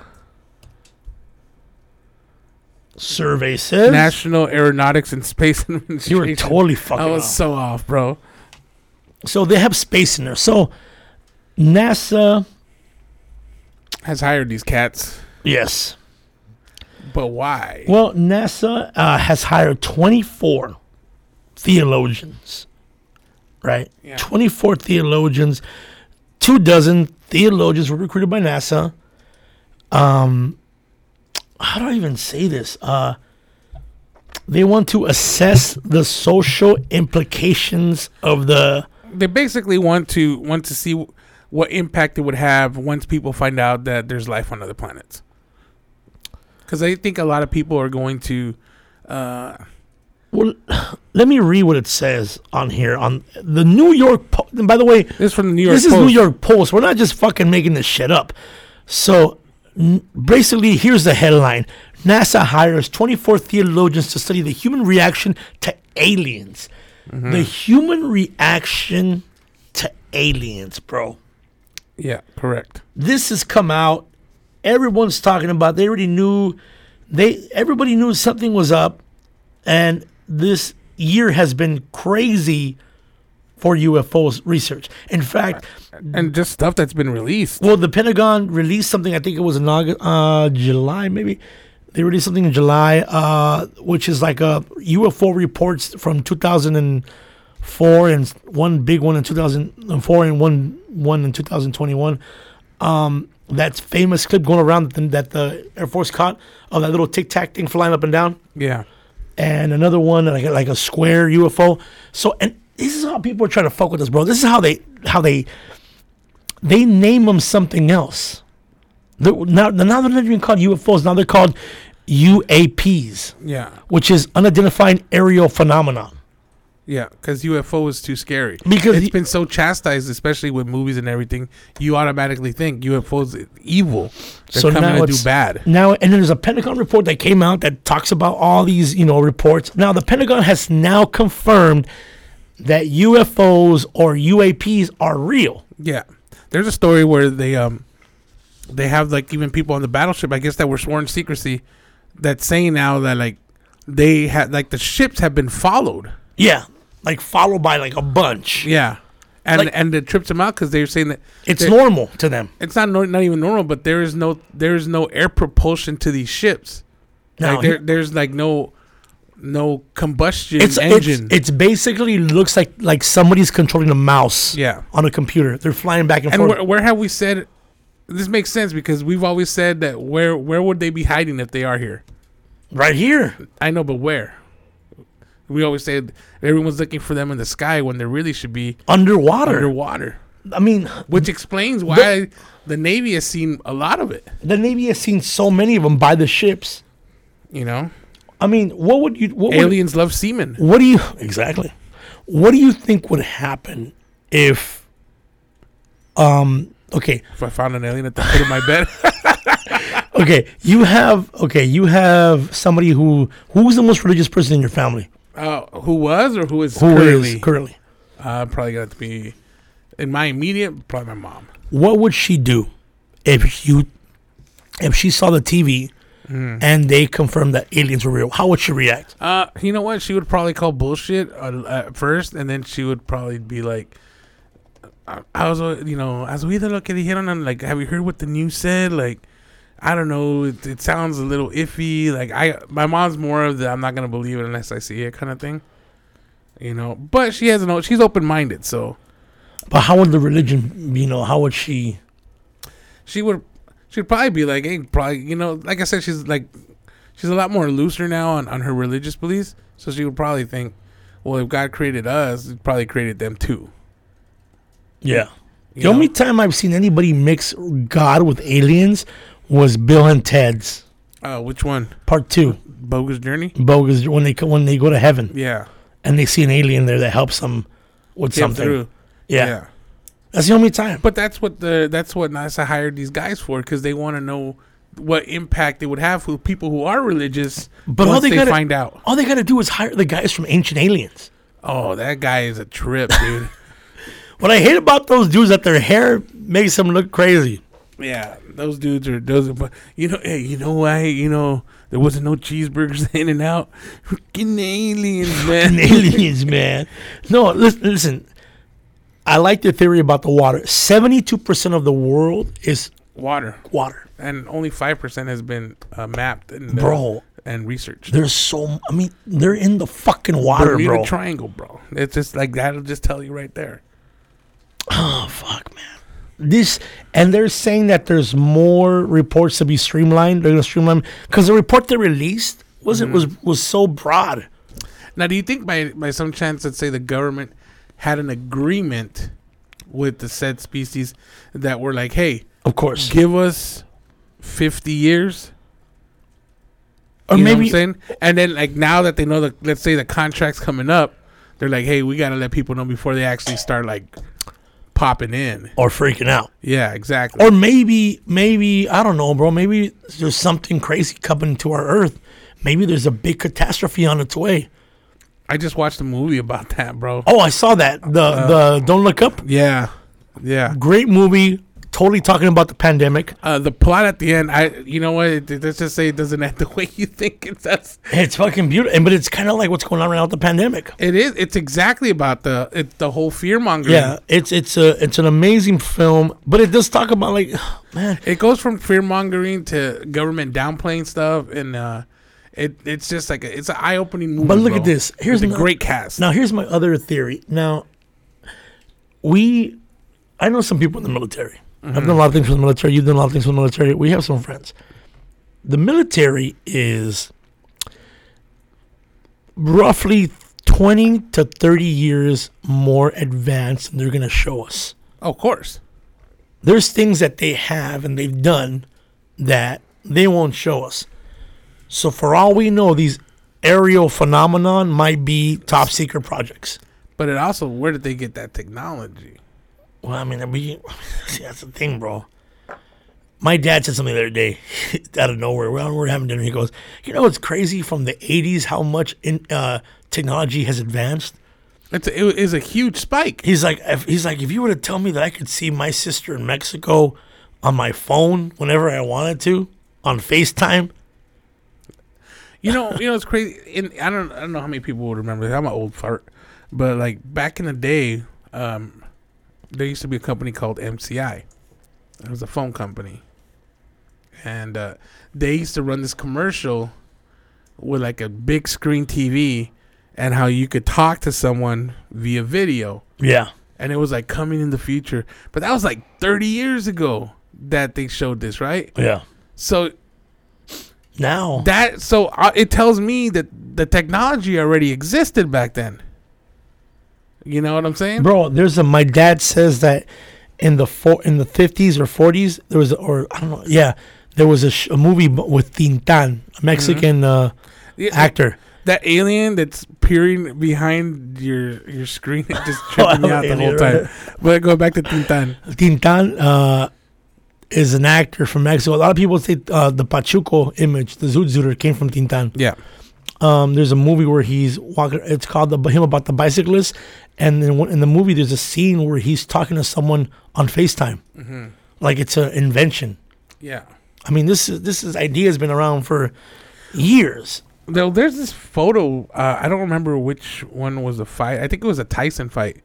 [SPEAKER 1] survey says
[SPEAKER 2] National Aeronautics and Space
[SPEAKER 1] you were
[SPEAKER 2] Administration.
[SPEAKER 1] totally fucking
[SPEAKER 2] I was
[SPEAKER 1] off.
[SPEAKER 2] so off, bro.
[SPEAKER 1] so they have space in there so nasa
[SPEAKER 2] Has hired these cats,
[SPEAKER 1] yes
[SPEAKER 2] but why?
[SPEAKER 1] Well, NASA uh, has hired 24 theologians, right?
[SPEAKER 2] Yeah.
[SPEAKER 1] 24 theologians. Two dozen theologians were recruited by NASA. Um, how do I even say this? Uh, they want to assess the social implications of the.
[SPEAKER 2] they basically want to want to see what impact it would have once people find out that there's life on other planets. Because I think a lot of people are going to. Uh,
[SPEAKER 1] Well, let me read what it says on here on the New York. Po- and by the way,
[SPEAKER 2] this is from the New York
[SPEAKER 1] this is
[SPEAKER 2] Post.
[SPEAKER 1] New York Post. We're not just fucking making this shit up. So n- basically, here's the headline: NASA hires 24 theologians to study the human reaction to aliens.
[SPEAKER 2] Mm-hmm.
[SPEAKER 1] The human reaction to aliens, bro
[SPEAKER 2] Yeah, correct.
[SPEAKER 1] this has come out. Everyone's talking about. They already knew. They everybody knew something was up, and this year has been crazy for UFOs research. In fact,
[SPEAKER 2] And just stuff that's been released.
[SPEAKER 1] well, the Pentagon released something. I think it was in August, uh, July, maybe. They released something in July, uh, which is like a UFO reports from 2004 and one big one in 2004 and one one in 2021. Um, that famous clip going around that the, that the Air Force caught of that little tic tac thing flying up and down
[SPEAKER 2] Yeah.
[SPEAKER 1] and another one like a, like a square UFO. So and this is how people are trying to fuck with us, bro. This is how they how they they name them something else. They're, now now they're not even called UFOs. Now they're called UAPs,
[SPEAKER 2] Yeah.
[SPEAKER 1] which is unidentified aerial phenomena.
[SPEAKER 2] Yeah. Because UFO is too scary.
[SPEAKER 1] Because
[SPEAKER 2] it's
[SPEAKER 1] y-
[SPEAKER 2] been so chastised, especially with movies and everything. You automatically think UFOs is evil. They're
[SPEAKER 1] So
[SPEAKER 2] coming
[SPEAKER 1] now
[SPEAKER 2] to
[SPEAKER 1] it's-
[SPEAKER 2] do bad.
[SPEAKER 1] Now and then there's a Pentagon report that came out that talks about all these you know reports. Now the Pentagon has now confirmed that UFOs or UAPs are real.
[SPEAKER 2] Yeah. There's a story where they um they have like even people on the battleship, I guess that were sworn secrecy, that's saying now that like they had like the ships have been followed.
[SPEAKER 1] Yeah, like followed by like a bunch.
[SPEAKER 2] Yeah. And
[SPEAKER 1] Like-
[SPEAKER 2] and it trips them out because they're saying that
[SPEAKER 1] It's
[SPEAKER 2] that-
[SPEAKER 1] normal to them.
[SPEAKER 2] it's not nor- not even normal, but there is no there is no air propulsion to these ships.
[SPEAKER 1] No,
[SPEAKER 2] like there, there's like no no combustion
[SPEAKER 1] it's,
[SPEAKER 2] engine.
[SPEAKER 1] it's it's basically looks like like somebody's controlling a mouse
[SPEAKER 2] yeah.
[SPEAKER 1] on a computer. They're flying back and,
[SPEAKER 2] And
[SPEAKER 1] forth.
[SPEAKER 2] where, where have we said this makes sense because we've always said that where where would they be hiding if they are here?
[SPEAKER 1] Right here,
[SPEAKER 2] I know, but where? We always say everyone's looking for them in the sky when they really should be
[SPEAKER 1] underwater.
[SPEAKER 2] underwater,
[SPEAKER 1] I mean,
[SPEAKER 2] which explains why the Navy has seen a lot of it.
[SPEAKER 1] the Navy has seen so many of them by the ships.
[SPEAKER 2] You know,
[SPEAKER 1] I mean, what would you? What would,
[SPEAKER 2] aliens love semen.
[SPEAKER 1] What do you exactly? What do you think would happen if? Um. Okay.
[SPEAKER 2] If I found an alien at the foot of my bed,
[SPEAKER 1] Okay. You have. Okay. You have somebody who who's the most religious person in your family.
[SPEAKER 2] uh, who was or who is
[SPEAKER 1] Who is
[SPEAKER 2] currently?
[SPEAKER 1] currently?
[SPEAKER 2] uh, probably got to be in my immediate, probably my mom.
[SPEAKER 1] what would she do if you if she saw the TV
[SPEAKER 2] Mm.
[SPEAKER 1] and they confirmed that aliens were real? How would she react?
[SPEAKER 2] Uh, you know what? She would probably call bullshit uh, at first, and then she would probably be like, "I I was, uh, you know, as we lo que dijeron, and like, have you heard what the news said? Like, I don't know, it, it sounds a little iffy. Like, I, my mom's more of the I'm not gonna believe it unless I see it kind of thing, you know. But she has no, she's open minded, so
[SPEAKER 1] But how would the religion, you know, how would she?
[SPEAKER 2] she would, she'd probably be like, hey, probably, you know, like I said, she's like, she's a lot more looser now on on her religious beliefs, so she would probably think. Well, if God created us, He probably created them too.
[SPEAKER 1] Yeah.
[SPEAKER 2] You
[SPEAKER 1] the
[SPEAKER 2] know?
[SPEAKER 1] only time I've seen anybody mix God with aliens was Bill and Ted's
[SPEAKER 2] Uh, which one?
[SPEAKER 1] Part Two.
[SPEAKER 2] Bogus Journey?
[SPEAKER 1] Bogus when they co- when they go to heaven
[SPEAKER 2] Yeah.
[SPEAKER 1] and they see an alien there that helps them with
[SPEAKER 2] Get
[SPEAKER 1] something.
[SPEAKER 2] through.
[SPEAKER 1] Yeah. that's the only time.
[SPEAKER 2] But that's what the that's what NASA hired these guys for because they want to know what impact it would have for people who are religious
[SPEAKER 1] But all
[SPEAKER 2] once
[SPEAKER 1] they
[SPEAKER 2] they
[SPEAKER 1] gotta-
[SPEAKER 2] find out.
[SPEAKER 1] All they got to do is hire the guys from Ancient Aliens.
[SPEAKER 2] Oh, that guy is a trip, dude.
[SPEAKER 1] What I hate about those dudes that their hair makes them look crazy.
[SPEAKER 2] yeah, those dudes are those. Are, but you know, hey, you know why? You know there wasn't no cheeseburgers in and out. Freaking aliens,
[SPEAKER 1] and
[SPEAKER 2] man.
[SPEAKER 1] aliens, man. No, listen, listen. I like the theory about the water. Seventy-two percent of the world is
[SPEAKER 2] Water,
[SPEAKER 1] water,
[SPEAKER 2] and only five percent has been uh, mapped and uh,
[SPEAKER 1] bro.
[SPEAKER 2] and researched.
[SPEAKER 1] There's so. I mean, they're in the fucking water, bro.
[SPEAKER 2] Bermuda Triangle, bro. It's just like that'll just tell you right there.
[SPEAKER 1] oh fuck, man. This and they're saying that there's more reports to be streamlined. They're gonna streamline because the report they released was it was was so broad.
[SPEAKER 2] Now, do you think by by some chance, let's say the government had an agreement with the said species that were like, hey,
[SPEAKER 1] Of course,
[SPEAKER 2] give us fifty years,
[SPEAKER 1] Or
[SPEAKER 2] you know
[SPEAKER 1] maybe-
[SPEAKER 2] what I'm saying? And then like now that they know the let's say the contract's coming up, they're like, hey, we gotta let people know before they actually start like popping in.
[SPEAKER 1] or freaking out.
[SPEAKER 2] Yeah, exactly.
[SPEAKER 1] Or maybe, maybe I don't know, bro. Maybe there's something crazy coming to our Earth. Maybe there's a big catastrophe on its way.
[SPEAKER 2] I just watched a movie about that, bro.
[SPEAKER 1] Oh, I saw that. The the Don't Look Up.
[SPEAKER 2] Yeah, yeah.
[SPEAKER 1] Great movie. Totally talking about the pandemic.
[SPEAKER 2] Uh, the plot at the end, I you know what? It- Let's just say it doesn't end the way you think it does.
[SPEAKER 1] It's fucking beautiful, but it's kind of like what's going on right now with the pandemic.
[SPEAKER 2] It is. It's exactly about the it, the whole fear mongering.
[SPEAKER 1] Yeah, it's it's a it's an amazing film, but it does talk about like, man,
[SPEAKER 2] It goes from fear mongering to government downplaying stuff, and uh, it it's just like a, it's an eye opening movie.
[SPEAKER 1] But look
[SPEAKER 2] bro.
[SPEAKER 1] at this. Here's
[SPEAKER 2] With a
[SPEAKER 1] another-
[SPEAKER 2] great cast.
[SPEAKER 1] Now, here's my other theory. Now, we, I know some people in the military. I've done a lot of things for the military. You've done a lot of things for the military. We have some friends. The military is roughly 20 to 30 years more advanced than they're going to show us.
[SPEAKER 2] of course,
[SPEAKER 1] There's things that they have and they've done that they won't show us. So, for all we know, these aerial phenomenon might be top secret projects.
[SPEAKER 2] but it also where did they get that technology?
[SPEAKER 1] Well, I mean, I mean, see, that's the thing, bro. My dad said something the other day out of nowhere. We're, we're having dinner. He goes, You know, it's crazy from the 80s how much in, uh, technology has advanced.
[SPEAKER 2] It's a, it is a huge spike.
[SPEAKER 1] He's like, if, He's like, if you were to tell me that I could see my sister in Mexico on my phone whenever I wanted to on FaceTime,
[SPEAKER 2] You know, you know it's crazy. And I don't I don't know how many people would remember this. I'm an old fart, but like back in the day, um, there used to be a company called MCI. It was a phone company, and uh, they used to run this commercial with like a big screen TV, and how you could talk to someone via video
[SPEAKER 1] Yeah.
[SPEAKER 2] and it was like coming in the future. But that was like 30 years ago that they showed this, right?
[SPEAKER 1] Yeah.
[SPEAKER 2] So
[SPEAKER 1] Now
[SPEAKER 2] that so uh, it tells me that the technology already existed back then. You know what I'm saying?
[SPEAKER 1] bro, there's a my dad says that in the four in the 50s or 40s there was a, or I don't know, yeah, there was a, sh- a movie bu- with Tintan, a Mexican uh,
[SPEAKER 2] Yeah,
[SPEAKER 1] actor.
[SPEAKER 2] that alien that's peering behind your your screen it just
[SPEAKER 1] I'm
[SPEAKER 2] tripping me
[SPEAKER 1] an
[SPEAKER 2] out the whole
[SPEAKER 1] alien,
[SPEAKER 2] time. But go back to Tintan.
[SPEAKER 1] Tintan uh, is an actor from Mexico. A lot of people say uh, the Pachuco image, the Zudzur came from Tintan.
[SPEAKER 2] Yeah.
[SPEAKER 1] Um, there's a movie where he's walking. It's called the, him about the bicyclist, and then when- in the movie there's a scene where he's talking to someone on Facetime, like it's an invention.
[SPEAKER 2] Yeah.
[SPEAKER 1] I mean, this is this is idea has been around for years.
[SPEAKER 2] Though there's this photo, uh, I don't remember which one was a fight. I think it was a Tyson fight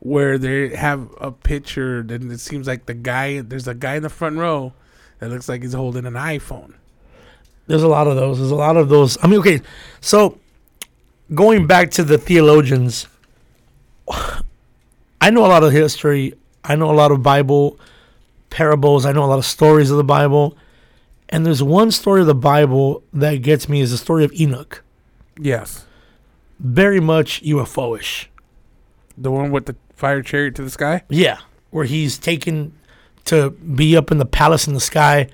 [SPEAKER 2] where they have a picture and it seems like the guy there's a guy in the front row that looks like he's holding an iPhone.
[SPEAKER 1] There's a lot of those. There's a lot of those. I mean, okay, so going back to the theologians, I know a lot of history. I know a lot of Bible parables. I know a lot of stories of the Bible. And there's one story of the Bible that gets me is the story of Enoch.
[SPEAKER 2] Yes.
[SPEAKER 1] Very much UFO-ish.
[SPEAKER 2] The one with the fire chariot to the sky?
[SPEAKER 1] Yeah, where he's taken to be up in the palace in the sky,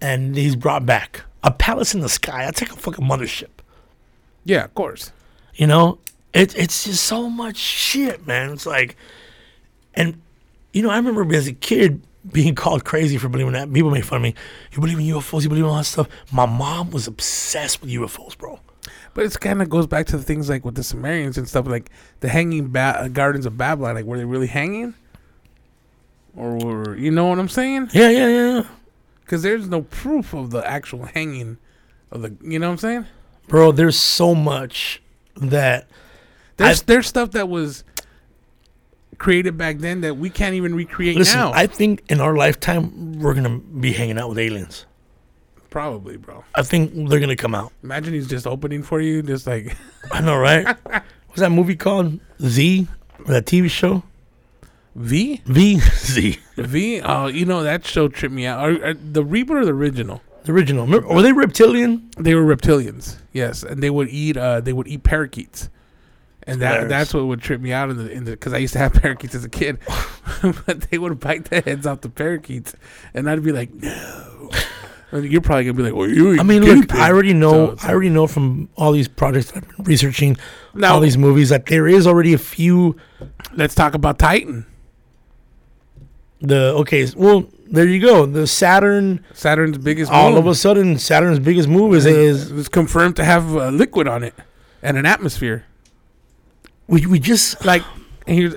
[SPEAKER 1] and he's brought back a palace in the sky. That's like a fucking mothership,
[SPEAKER 2] Yeah, of course.
[SPEAKER 1] you know. It, it's just so much shit, man. It's like, and you know, I remember as a kid being called crazy for believing that. People made fun of me. You believe in UFOs? You believe in all that stuff? My mom was obsessed with UFOs, bro.
[SPEAKER 2] But it's kind of goes back to the things like with the Sumerians and stuff like the hanging ba- uh, gardens of Babylon like were they really hanging? Or were, you know what I'm saying?
[SPEAKER 1] Yeah, yeah, yeah, yeah.
[SPEAKER 2] Cuz there's no proof of the actual hanging of the you know what I'm saying?
[SPEAKER 1] bro. There's so much that
[SPEAKER 2] There's
[SPEAKER 1] I've-
[SPEAKER 2] there's stuff that was created back then that we can't even recreate
[SPEAKER 1] listen.
[SPEAKER 2] now.
[SPEAKER 1] I think in our lifetime we're gonna be hanging out with aliens.
[SPEAKER 2] Probably, bro.
[SPEAKER 1] I think they're gonna come out.
[SPEAKER 2] Imagine he's just opening for you, just like
[SPEAKER 1] I know, right? What's that movie called? Z? Or that TV show?
[SPEAKER 2] V
[SPEAKER 1] V? Z.
[SPEAKER 2] V. Oh, you know that show tripped me out. Are, are, the reboot or the original?
[SPEAKER 1] The original. Remember, were they reptilian?
[SPEAKER 2] They were reptilians, yes, and they would eat. Uh, they would eat parakeets, and that
[SPEAKER 1] Hilarious.
[SPEAKER 2] that's what would trip me out in the in the because I used to have parakeets as a kid, but they would bite the heads off the parakeets, and I'd be like, no. And you're probably gonna be like, "Well, you."
[SPEAKER 1] I mean, look, I already know,
[SPEAKER 2] So-
[SPEAKER 1] I already know from all these projects that I've been researching,
[SPEAKER 2] Now-
[SPEAKER 1] all these movies, that there is already a few.
[SPEAKER 2] Let's talk about Titan,
[SPEAKER 1] The okay, s- well, there you go. The Saturn.
[SPEAKER 2] Saturn's biggest.
[SPEAKER 1] All
[SPEAKER 2] moon.
[SPEAKER 1] of a sudden, Saturn's biggest move is, is
[SPEAKER 2] Oh. It was confirmed to have uh, liquid on it and an atmosphere.
[SPEAKER 1] we, we just
[SPEAKER 2] Like, here's,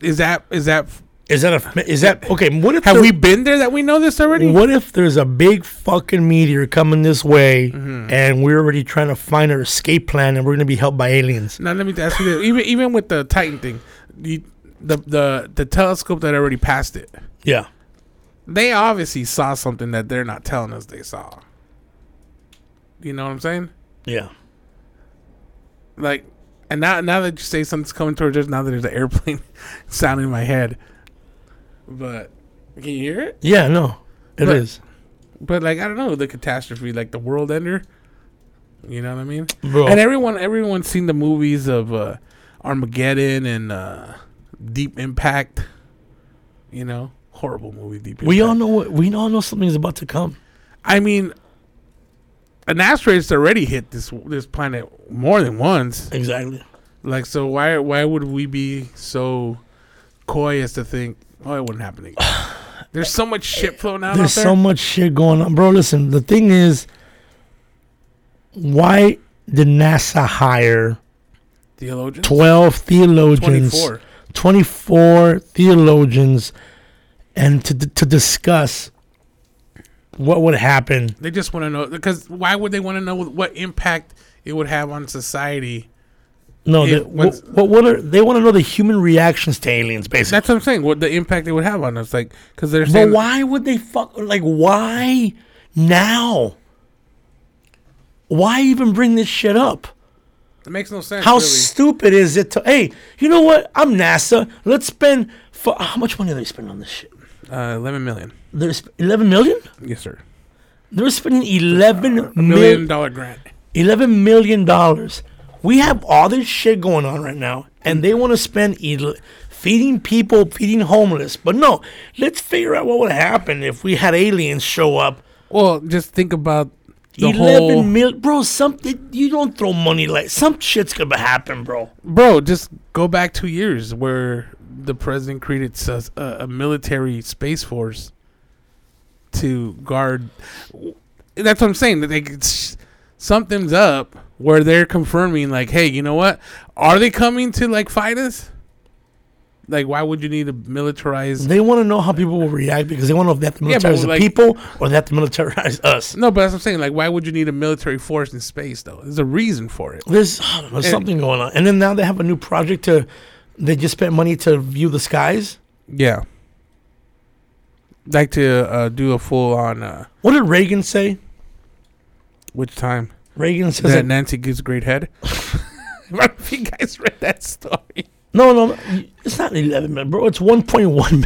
[SPEAKER 2] is that is that
[SPEAKER 1] is that a is that okay? What if
[SPEAKER 2] have
[SPEAKER 1] there-
[SPEAKER 2] we been there that we know this already?
[SPEAKER 1] What if there's a big fucking meteor coming this way, and we're already trying to find our escape plan, and we're gonna be helped by aliens?
[SPEAKER 2] Now let me ask you this: even even with the Titan thing, the the the, the telescope that already passed it,
[SPEAKER 1] Yeah,
[SPEAKER 2] they obviously saw something that they're not telling us they saw. You know what I'm saying?
[SPEAKER 1] yeah.
[SPEAKER 2] Like, and now now that you say something's coming towards us, now that there's an airplane sound in my head, but can you hear it?
[SPEAKER 1] Yeah, no, it is.
[SPEAKER 2] But- But like I don't know the catastrophe, like the world ender. You know what I mean?
[SPEAKER 1] Bro.
[SPEAKER 2] And everyone, everyone's seen the movies of uh, Armageddon and uh, Deep Impact. You know, horrible movie. Deep.
[SPEAKER 1] We all
[SPEAKER 2] Impact.
[SPEAKER 1] know what we all know something's about to come.
[SPEAKER 2] I mean, an asteroid's already hit this this planet more than once.
[SPEAKER 1] Exactly.
[SPEAKER 2] Like, so why why would we be so coy as to think, oh, it wouldn't happen again? There's so much shit floating out
[SPEAKER 1] There's
[SPEAKER 2] out there.
[SPEAKER 1] so much shit going on, bro. Listen, the thing is, why did NASA hire
[SPEAKER 2] Theologians.
[SPEAKER 1] twelve theologians?
[SPEAKER 2] Twenty-four.
[SPEAKER 1] 24 theologians and to, to discuss what would happen.
[SPEAKER 2] They just want to know because why would they want to know what impact it would have on society?
[SPEAKER 1] No,
[SPEAKER 2] If-
[SPEAKER 1] the, what, what, what are, they want to know the human reactions to aliens, basically.
[SPEAKER 2] That's what I'm saying. What the impact it would have on us, like because they're
[SPEAKER 1] But
[SPEAKER 2] saying
[SPEAKER 1] why would they fuck? Like, why now? Why even bring this shit up?
[SPEAKER 2] it makes no sense.
[SPEAKER 1] How
[SPEAKER 2] really.
[SPEAKER 1] stupid is it to? Hey, you know what? I'm NASA. Let's spend. For, how much money are they spending on this shit?
[SPEAKER 2] uh, Eleven million.
[SPEAKER 1] They're sp- 11 million?
[SPEAKER 2] Yes, sir.
[SPEAKER 1] They're spending 11
[SPEAKER 2] Million dollar grant.
[SPEAKER 1] Eleven million dollars. We have all this shit going on right now, and they want to spend el- feeding people, feeding homeless. But no, let's figure out what would happen if we had aliens show up.
[SPEAKER 2] Well, just think about the whole
[SPEAKER 1] Eleven mil, bro. Something you don't throw money like some shit's gonna happen, bro.
[SPEAKER 2] bro. Just go back two years where the president created sus- a, a military space force to guard. That's what I'm saying. That they could s- something's up where they're confirming like, hey, you know what? Are they coming to like fight us? Like, why would you need a militarized?
[SPEAKER 1] They want to know how people will react because they want to know if they have to
[SPEAKER 2] Yeah, but,
[SPEAKER 1] militarize the
[SPEAKER 2] like-
[SPEAKER 1] people or they have to militarize us.
[SPEAKER 2] No, but that's what I'm saying. Like, why would you need a military force in space though? There's a reason for it.
[SPEAKER 1] There's I don't know, something going on, and then now they have a new project to. They just spent money to view the skies.
[SPEAKER 2] Yeah. Like to uh, do a full on uh,
[SPEAKER 1] What did Reagan say?
[SPEAKER 2] which time?
[SPEAKER 1] Reagan says
[SPEAKER 2] that
[SPEAKER 1] that-
[SPEAKER 2] Nancy gives great head. I don't know if you guys read that story.
[SPEAKER 1] No, no, it's not 11 million, bro. It's 1.1 million.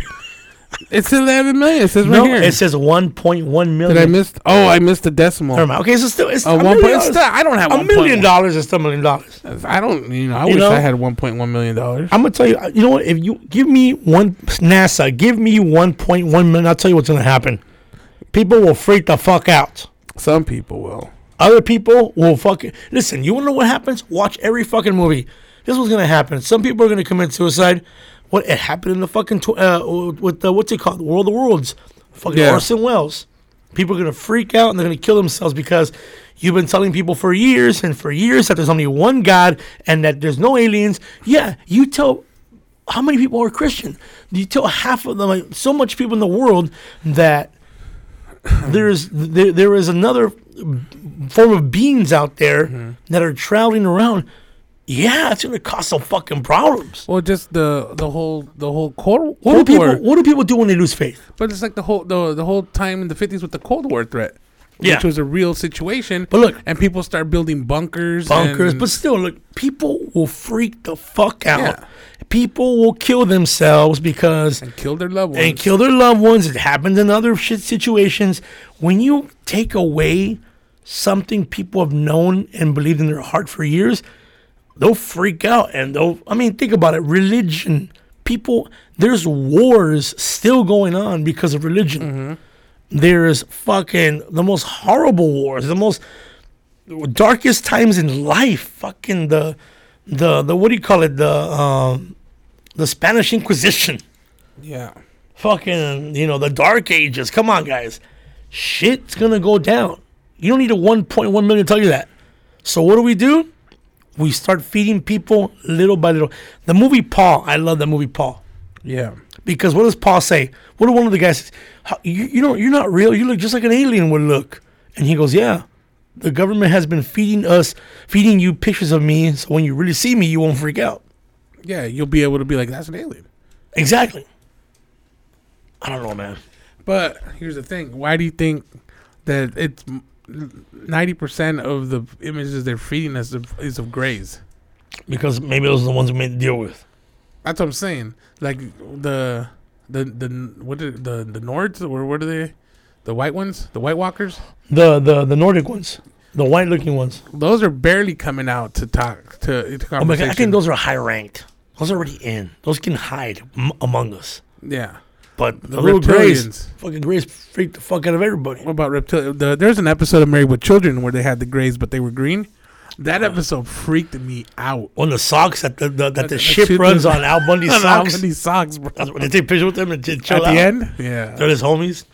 [SPEAKER 2] It's eleven million. It says right
[SPEAKER 1] no,
[SPEAKER 2] here.
[SPEAKER 1] it says 1.1 million.
[SPEAKER 2] Did I miss? Oh, I missed the decimal.
[SPEAKER 1] Never mind. Okay, so still, it's
[SPEAKER 2] Oh,
[SPEAKER 1] a
[SPEAKER 2] one
[SPEAKER 1] million
[SPEAKER 2] point. it's
[SPEAKER 1] dollars.
[SPEAKER 2] Still, I don't have
[SPEAKER 1] A
[SPEAKER 2] one
[SPEAKER 1] million dollars is still a million dollars.
[SPEAKER 2] dollars. I don't. You know, I
[SPEAKER 1] You
[SPEAKER 2] wish
[SPEAKER 1] know?
[SPEAKER 2] I had one point one million dollars.
[SPEAKER 1] I'm going to tell you, you know what? If you give me one, NASA, give me 1.1 million, I'll tell you what's going to happen. People will freak the fuck out.
[SPEAKER 2] Some people will.
[SPEAKER 1] Other people will fucking listen. You want to know what happens? Watch every fucking movie. This was gonna happen. Some people are gonna commit suicide. What it happened in the fucking tw- uh, with the, what's it called? World of Worlds. Fucking
[SPEAKER 2] Yeah.
[SPEAKER 1] Orson Welles. People are gonna freak out and they're gonna kill themselves because you've been telling people for years and for years that there's only one God and that there's no aliens. Yeah, you tell how many people are Christian? You tell half of them, like, so much people in the world that there is there, there is another form of beings out there
[SPEAKER 2] Mm-hmm.
[SPEAKER 1] that are traveling around. Yeah, it's gonna cause some fucking problems.
[SPEAKER 2] Well, just the the whole the whole Cold,
[SPEAKER 1] What do
[SPEAKER 2] cold War.
[SPEAKER 1] people What do people do when they lose faith?
[SPEAKER 2] But it's like the whole the, the whole time in the fifties with the Cold War threat,
[SPEAKER 1] Yeah.
[SPEAKER 2] which was a real situation.
[SPEAKER 1] But look-
[SPEAKER 2] and people start building bunkers,
[SPEAKER 1] Bunkers,
[SPEAKER 2] and-
[SPEAKER 1] but still, look, people will freak the fuck out.
[SPEAKER 2] Yeah.
[SPEAKER 1] People will kill themselves because
[SPEAKER 2] and kill their loved ones.
[SPEAKER 1] and kill their loved ones. It happens in other shit situations. When you take away something people have known and believed in their heart for years, they'll freak out and they'll. I mean, think about it.
[SPEAKER 2] Mm-hmm.
[SPEAKER 1] Religion, people. There's wars still going on because of religion. There's fucking the most horrible wars, the most darkest times in life. Fucking the the the what do you call it? The um, the Spanish Inquisition.
[SPEAKER 2] Yeah.
[SPEAKER 1] Fucking you know the Dark Ages. Come on, guys, shit's gonna go down. You don't need a 1.1 million to tell you that. So what do we do? We start feeding people little by little. The movie Paul, I love that movie Paul.
[SPEAKER 2] Yeah.
[SPEAKER 1] Because what does Paul say? What do one of the guys? says? How, you you know you're not real. You look just like an alien would look. And he goes, yeah. The government has been feeding us, feeding you pictures of me, so when you really see me, you won't freak out.
[SPEAKER 2] Yeah. You'll be able to be like, that's an alien.
[SPEAKER 1] Exactly. I don't know, man.
[SPEAKER 2] But here's the thing: Why do you think that it's ninety percent of the images they're feeding us of- is of grays?
[SPEAKER 1] Because maybe those are the ones we made to deal with.
[SPEAKER 2] That's what I'm saying. Like the the the what are, the the Nords or what are they? The white ones, the White Walkers.
[SPEAKER 1] The the the Nordic ones, the white looking ones.
[SPEAKER 2] Those are barely coming out to talk to, to
[SPEAKER 1] Oh my god,
[SPEAKER 2] conversation.
[SPEAKER 1] I think those are high ranked. Those are already in. Those can hide m- among us.
[SPEAKER 2] yeah.
[SPEAKER 1] But
[SPEAKER 2] The
[SPEAKER 1] the little Grays,
[SPEAKER 2] reptilians.
[SPEAKER 1] fucking Grays freaked the fuck out of everybody.
[SPEAKER 2] What about reptil? The, there's an episode of Married with Children where they had the grays, but they were green. That
[SPEAKER 1] Uh-huh.
[SPEAKER 2] episode freaked me out.
[SPEAKER 1] On the socks that the, the that the
[SPEAKER 2] That
[SPEAKER 1] ship
[SPEAKER 2] shit
[SPEAKER 1] runs
[SPEAKER 2] is-
[SPEAKER 1] on Al Bundy's
[SPEAKER 2] Socks.
[SPEAKER 1] socks.
[SPEAKER 2] These socks, bro.
[SPEAKER 1] That's when they take pictures with them and just chill
[SPEAKER 2] At
[SPEAKER 1] out.
[SPEAKER 2] the end, yeah.
[SPEAKER 1] They're his homies.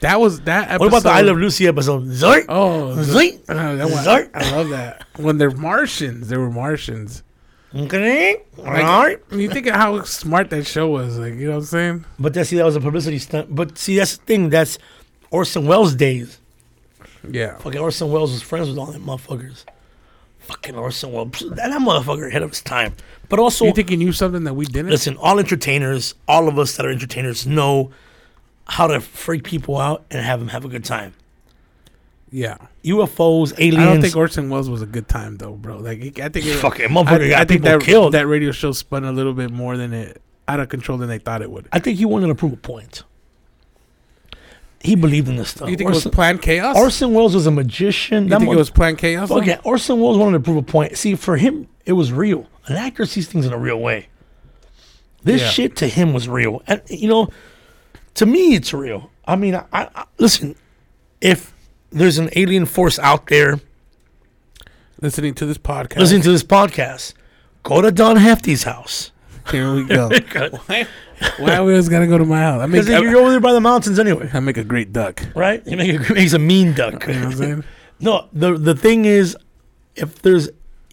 [SPEAKER 2] That was that episode.
[SPEAKER 1] What about the I Love Lucy episode? Zoink,
[SPEAKER 2] Oh, the-
[SPEAKER 1] zoink,
[SPEAKER 2] oh, that one-
[SPEAKER 1] zoink.
[SPEAKER 2] I love that. When they're Martians, they were Martians.
[SPEAKER 1] Okay, all
[SPEAKER 2] Like,
[SPEAKER 1] right.
[SPEAKER 2] I mean, you think of how smart that show was. Like, you know what I'm saying?
[SPEAKER 1] But that see, that was a publicity stunt. But see, that's the thing. That's Orson Welles' days.
[SPEAKER 2] Yeah.
[SPEAKER 1] Fucking Orson Welles was friends with all them motherfuckers. Fucking Orson Welles. That, that motherfucker ahead of his time. But also,
[SPEAKER 2] You think you knew something that we didn't?
[SPEAKER 1] listen, all entertainers, all of us that are entertainers know how to freak people out and have them have a good time.
[SPEAKER 2] yeah.
[SPEAKER 1] UFOs,
[SPEAKER 2] I
[SPEAKER 1] aliens.
[SPEAKER 2] don't think Orson Welles was a good time though, bro. Like, I think it,
[SPEAKER 1] Fucking motherfucker got people
[SPEAKER 2] that
[SPEAKER 1] killed.
[SPEAKER 2] that radio show spun a little bit more than it out of control than they thought it would.
[SPEAKER 1] I think he wanted to prove a point. He believed in this stuff.
[SPEAKER 2] You think it
[SPEAKER 1] Orson,
[SPEAKER 2] was planned chaos?
[SPEAKER 1] Orson Welles was a magician.
[SPEAKER 2] you
[SPEAKER 1] That
[SPEAKER 2] think
[SPEAKER 1] mo-
[SPEAKER 2] it was planned chaos? though?
[SPEAKER 1] Okay, Orson Welles wanted to prove a point. See, for him, it was real. An actor sees things in a real way. This
[SPEAKER 2] Yeah.
[SPEAKER 1] shit to him was real, and you know, to me, it's real. I mean, I, I listen. If there's an alien force out there
[SPEAKER 2] Listening to this podcast.
[SPEAKER 1] listening to this podcast, go to Don Hefty's house.
[SPEAKER 2] Here we go. Why why we always gotta go to my house? I make
[SPEAKER 1] Because
[SPEAKER 2] I,
[SPEAKER 1] you're over there by the mountains anyway,
[SPEAKER 2] I make a great duck.
[SPEAKER 1] right? He make a, makes a mean duck.
[SPEAKER 2] You know what I'm saying?
[SPEAKER 1] No, the the thing is, if there's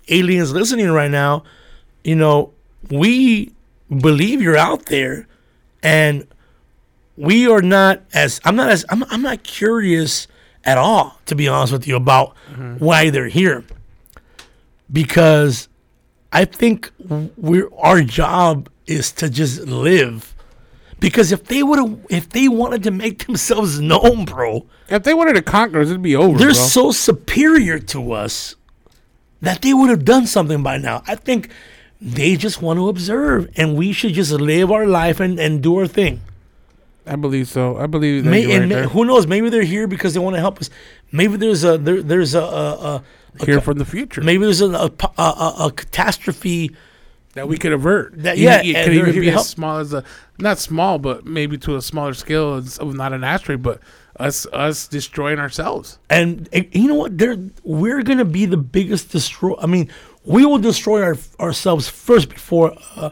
[SPEAKER 1] aliens listening right now, you know, we believe you're out there, and we are not as I'm not as I'm I'm not curious at all, to be honest with you, about why they're here, because I think we're our job is to just live. Because if they would have, if they wanted to make themselves known, bro,
[SPEAKER 2] If they wanted to conquer us, it'd be over.
[SPEAKER 1] they're
[SPEAKER 2] bro.
[SPEAKER 1] so superior to us that they would have done something by now. I think they just want to observe, and we should just live our life and, and do our thing.
[SPEAKER 2] I believe so. I believe that
[SPEAKER 1] May,
[SPEAKER 2] you're right
[SPEAKER 1] and may-
[SPEAKER 2] there.
[SPEAKER 1] who knows? Maybe they're here because they want to help us. Maybe there's a there, there's a, a, a, a
[SPEAKER 2] Here
[SPEAKER 1] ca-
[SPEAKER 2] from the future
[SPEAKER 1] maybe there's a a, po- a, a- a catastrophe.
[SPEAKER 2] that we could avert.
[SPEAKER 1] That-
[SPEAKER 2] You-
[SPEAKER 1] yeah,
[SPEAKER 2] it
[SPEAKER 1] and
[SPEAKER 2] could
[SPEAKER 1] they're
[SPEAKER 2] even
[SPEAKER 1] here
[SPEAKER 2] be
[SPEAKER 1] to
[SPEAKER 2] as
[SPEAKER 1] help.
[SPEAKER 2] small as a not small, but maybe to a smaller scale as- of not an asteroid, but us us destroying ourselves.
[SPEAKER 1] And, and you know what? They're, we're gonna be the biggest destroy. I mean, we will destroy our, ourselves first before uh,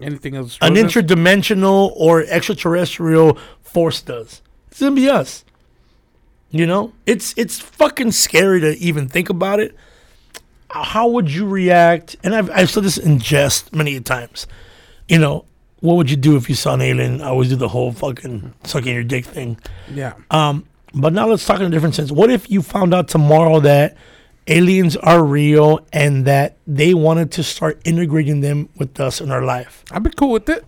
[SPEAKER 2] Anything else?
[SPEAKER 1] an
[SPEAKER 2] Rosa?
[SPEAKER 1] interdimensional or extraterrestrial force does. It's gonna be us. You know, it's it's fucking scary to even think about it. How would you react? And I've I've said this in jest many times. You know, what would you do if you saw an alien? I always do the whole fucking sucking your dick thing.
[SPEAKER 2] Yeah.
[SPEAKER 1] Um, but now let's talk in a different sense. What if you found out tomorrow that aliens are real and that they wanted to start integrating them with us in our life?
[SPEAKER 2] I'd be cool with it.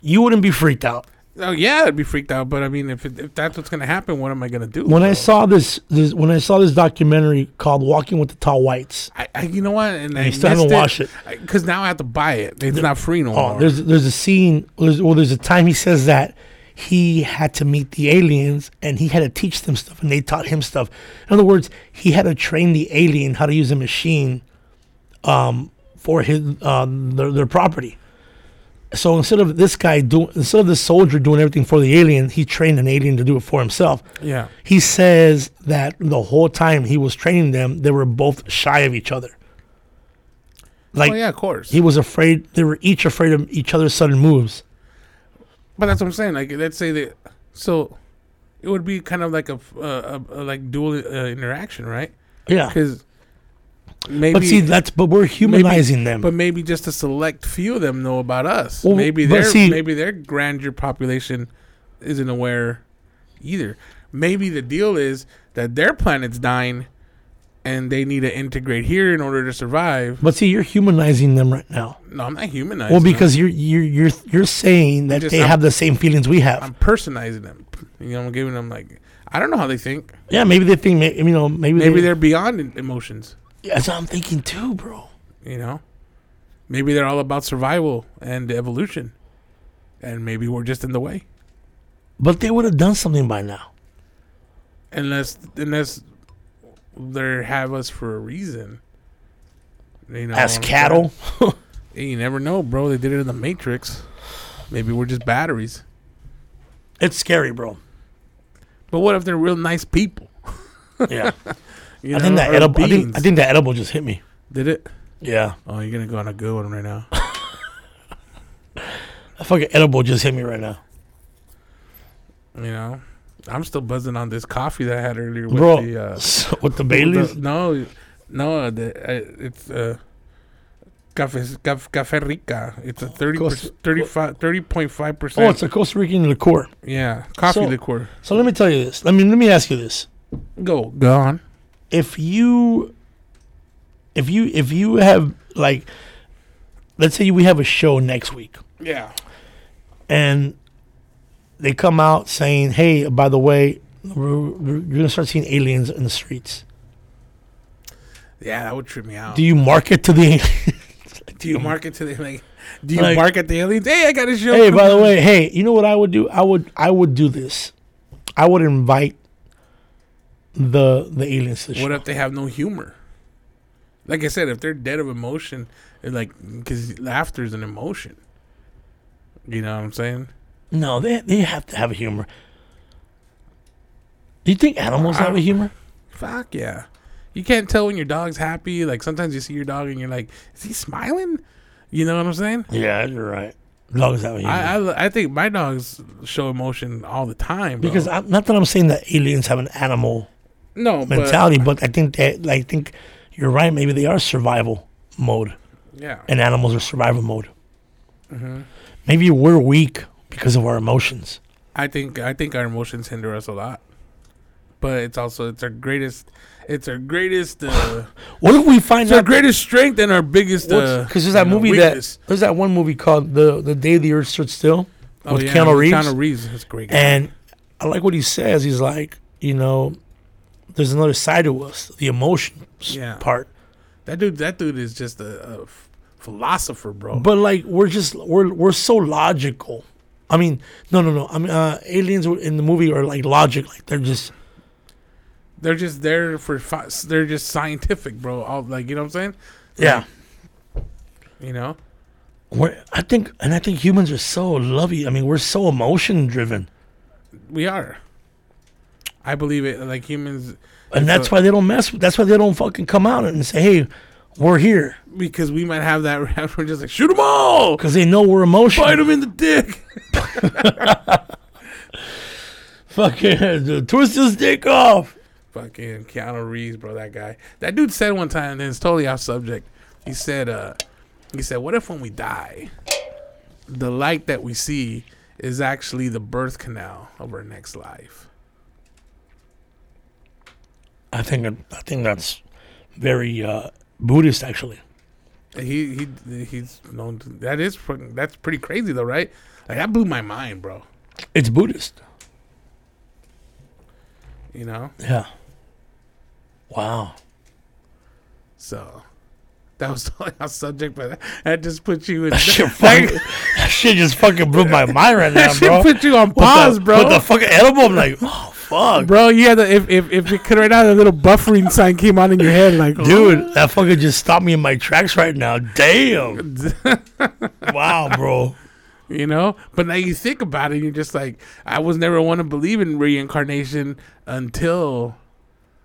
[SPEAKER 1] you wouldn't be freaked out.
[SPEAKER 2] Oh yeah, I'd be freaked out. But I mean, if it, if that's what's gonna happen, what am I gonna do?
[SPEAKER 1] When I saw this, this when I saw this documentary called "Walking with the Tall Whites,"
[SPEAKER 2] I, I you know what? And I
[SPEAKER 1] You still haven't watched it.
[SPEAKER 2] because now I have to buy it. It's not free no
[SPEAKER 1] oh,
[SPEAKER 2] more.
[SPEAKER 1] there's there's a scene. There's, well, there's a time he says that he had to meet the aliens and he had to teach them stuff, and they taught him stuff. In other words, he had to train the alien how to use a machine um, for his uh, their, their um, property. So instead of this guy doing, instead of this soldier doing everything for the alien, he trained an alien to do it for himself.
[SPEAKER 2] Yeah.
[SPEAKER 1] He says that the whole time he was training them, they were both shy of each other. Like
[SPEAKER 2] oh yeah, of course.
[SPEAKER 1] he was afraid they were each afraid of each other's sudden moves.
[SPEAKER 2] But that's what I'm saying. Like, let's say that. So, it would be kind of like a, f- uh, a, a like dual uh, interaction, right?
[SPEAKER 1] Yeah.
[SPEAKER 2] Because maybe.
[SPEAKER 1] But see, that's but we're humanizing them.
[SPEAKER 2] but maybe just a select few of them know about us.
[SPEAKER 1] Well,
[SPEAKER 2] maybe
[SPEAKER 1] but
[SPEAKER 2] their
[SPEAKER 1] see-
[SPEAKER 2] maybe their grandeur population isn't aware either. Maybe the deal is that their planet's dying, and they need to integrate here in order to survive.
[SPEAKER 1] but see, you're humanizing them right now.
[SPEAKER 2] No, I'm not humanizing.
[SPEAKER 1] Well,
[SPEAKER 2] them.
[SPEAKER 1] because you're you're you're you're saying that
[SPEAKER 2] just-
[SPEAKER 1] they
[SPEAKER 2] I'm-
[SPEAKER 1] have the same feelings we have.
[SPEAKER 2] I'm personizing them. You know, I'm giving them like I don't know how they think.
[SPEAKER 1] yeah, maybe they think may- you know maybe
[SPEAKER 2] Maybe
[SPEAKER 1] they,
[SPEAKER 2] they're beyond em- emotions.
[SPEAKER 1] Yeah, that's what I'm thinking too, bro.
[SPEAKER 2] You know, maybe they're all about survival and evolution, and maybe we're just in the way.
[SPEAKER 1] But they would have done something by now.
[SPEAKER 2] unless unless they have us for a reason. You know,
[SPEAKER 1] As
[SPEAKER 2] I'm
[SPEAKER 1] cattle,
[SPEAKER 2] saying? Hey, you never know, bro. They did it in the Matrix. Maybe we're just batteries.
[SPEAKER 1] it's scary, bro.
[SPEAKER 2] But what if they're real nice people?
[SPEAKER 1] Yeah,
[SPEAKER 2] You
[SPEAKER 1] I think that
[SPEAKER 2] or
[SPEAKER 1] edible. I
[SPEAKER 2] beings?
[SPEAKER 1] think, I think that edible just hit me.
[SPEAKER 2] did it.
[SPEAKER 1] Yeah,
[SPEAKER 2] Oh, you're gonna go on a good one right now.
[SPEAKER 1] that fucking edible just hit me right now,
[SPEAKER 2] you know, I'm still buzzing on this coffee that I had earlier with
[SPEAKER 1] bro.
[SPEAKER 2] the uh,
[SPEAKER 1] so- with the Bailey's,
[SPEAKER 2] the- no, no, the, uh, it's uh, cafe, caf, cafe rica. It's a 30
[SPEAKER 1] Costa-
[SPEAKER 2] 35 30.5
[SPEAKER 1] oh,
[SPEAKER 2] percent.
[SPEAKER 1] it's a Costa Rican liqueur.
[SPEAKER 2] Yeah, coffee
[SPEAKER 1] So-
[SPEAKER 2] liqueur.
[SPEAKER 1] So let me tell you this. Let me let me ask you this.
[SPEAKER 2] Go, go on.
[SPEAKER 1] if you if you if you have like let's say we have a show next week
[SPEAKER 2] Yeah,
[SPEAKER 1] and they come out saying hey by the way we're, we're, you're gonna start seeing aliens in the streets
[SPEAKER 2] yeah, that would trip me out.
[SPEAKER 1] do you market to the aliens
[SPEAKER 2] do you market to the like? Do you
[SPEAKER 1] Like-
[SPEAKER 2] bark at the aliens? Hey, I got a show.
[SPEAKER 1] hey by the way hey you know what i would do i would i would do this i would invite the the aliens to the
[SPEAKER 2] what
[SPEAKER 1] show.
[SPEAKER 2] if they have no humor? Like I said, if they're dead of emotion, they're like because laughter is an emotion. You know what I'm saying?
[SPEAKER 1] no they, they have to have a humor do you think animals have a humor
[SPEAKER 2] Fuck yeah. You can't tell when your dog's happy. Like sometimes you see your dog and you're like, is he smiling? You know what I'm saying?
[SPEAKER 1] Yeah, you're right. Dogs have a humor.
[SPEAKER 2] I, I I think my dogs show emotion all the time. Bro.
[SPEAKER 1] because I'm, not that I'm saying that aliens have an animal
[SPEAKER 2] no, but
[SPEAKER 1] mentality, but, I think that like, I think you're right. Maybe they are survival mode,
[SPEAKER 2] yeah.
[SPEAKER 1] and animals are survival mode.
[SPEAKER 2] Mm-hmm.
[SPEAKER 1] Maybe we're weak because of our emotions.
[SPEAKER 2] I think I think our emotions hinder us a lot, but it's also it's our greatest it's our greatest uh,
[SPEAKER 1] What if we find
[SPEAKER 2] it's our
[SPEAKER 1] out?
[SPEAKER 2] greatest strength and our biggest uh,
[SPEAKER 1] Because
[SPEAKER 2] because
[SPEAKER 1] there's that movie that there's that one movie called the the day the earth stood still with Keanu Reeves,
[SPEAKER 2] Oh, Keanu Reeves is a great. guy.
[SPEAKER 1] and I like what he says. He's like, you know, there's another side to us, the emotions
[SPEAKER 2] Yeah.
[SPEAKER 1] part.
[SPEAKER 2] that dude that dude is just a, a f- philosopher, bro.
[SPEAKER 1] But like we're just we're we're so logical. I mean, no, no, no. I mean, uh, aliens were- in the movie are like logic. Like they're just
[SPEAKER 2] they're just there for fi- they're just scientific, bro. All like you know what I'm saying?
[SPEAKER 1] yeah.
[SPEAKER 2] You know?
[SPEAKER 1] We're, I think, and I think humans are so lovey. I mean, we're so emotion driven,
[SPEAKER 2] We are. I believe it. Like humans,
[SPEAKER 1] and that's
[SPEAKER 2] a-
[SPEAKER 1] why they don't mess. with That's why they don't fucking come out and say, "Hey, we're here,"
[SPEAKER 2] because we might have that. We're just like shoot them all.
[SPEAKER 1] because they know we're
[SPEAKER 2] Bite
[SPEAKER 1] emotional.
[SPEAKER 2] him in the dick.
[SPEAKER 1] Fucking twist his dick off.
[SPEAKER 2] Fucking Keanu Reeves, bro. That guy. That dude said one time, and it's totally off subject. He said, uh, he said, what if when we die, the light that we see is actually the birth canal of our next life?
[SPEAKER 1] I think I think that's very uh, Buddhist, actually.
[SPEAKER 2] And He he he's known. To, that is fucking- that's pretty crazy though, right? Like that blew my mind, bro.
[SPEAKER 1] It's Buddhist.
[SPEAKER 2] You know.
[SPEAKER 1] Yeah. Wow.
[SPEAKER 2] So that was totally off subject, but that just put you in.
[SPEAKER 1] That shit,
[SPEAKER 2] like,
[SPEAKER 1] fucking, that shit just fucking blew my mind right now,
[SPEAKER 2] that shit
[SPEAKER 1] bro.
[SPEAKER 2] put you on
[SPEAKER 1] With
[SPEAKER 2] pause,
[SPEAKER 1] the,
[SPEAKER 2] bro.
[SPEAKER 1] With the fucking edible, I'm like, oh fuck,
[SPEAKER 2] Bro, you had the if if if it could right now the little buffering sign came on in your head like
[SPEAKER 1] dude, that fucking just stopped me in my tracks right now. Damn. wow, bro.
[SPEAKER 2] you know. But now you think about it, you're just like, I was never one to believe in reincarnation until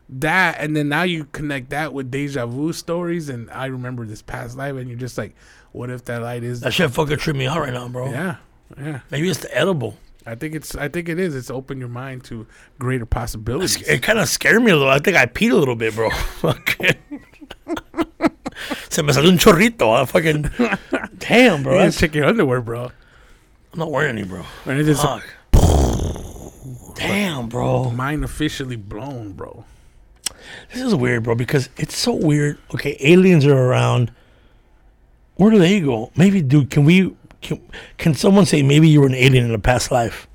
[SPEAKER 2] that, and then now you connect that with deja vu stories, and I remember this past life, and you're just like, what if that light is?
[SPEAKER 1] That shit fucking trip me out right now, bro.
[SPEAKER 2] yeah, yeah.
[SPEAKER 1] Maybe it's the edible.
[SPEAKER 2] I think it's. I think it is. It's opened your mind to greater possibilities.
[SPEAKER 1] It kind of scared me a little. I think I peed a little bit, bro. Fucking. Se me salió un chorrito. I fucking. Damn, bro.
[SPEAKER 2] You gotta
[SPEAKER 1] That's,
[SPEAKER 2] check your underwear, bro.
[SPEAKER 1] I'm not wearing any, bro.
[SPEAKER 2] And it is
[SPEAKER 1] Fuck. Damn, bro.
[SPEAKER 2] mind officially blown, bro.
[SPEAKER 1] This is weird, bro, because it's so weird. Okay, aliens are around. Where do they go? Maybe, dude, can we. Can, can someone say maybe you were an alien in a past life?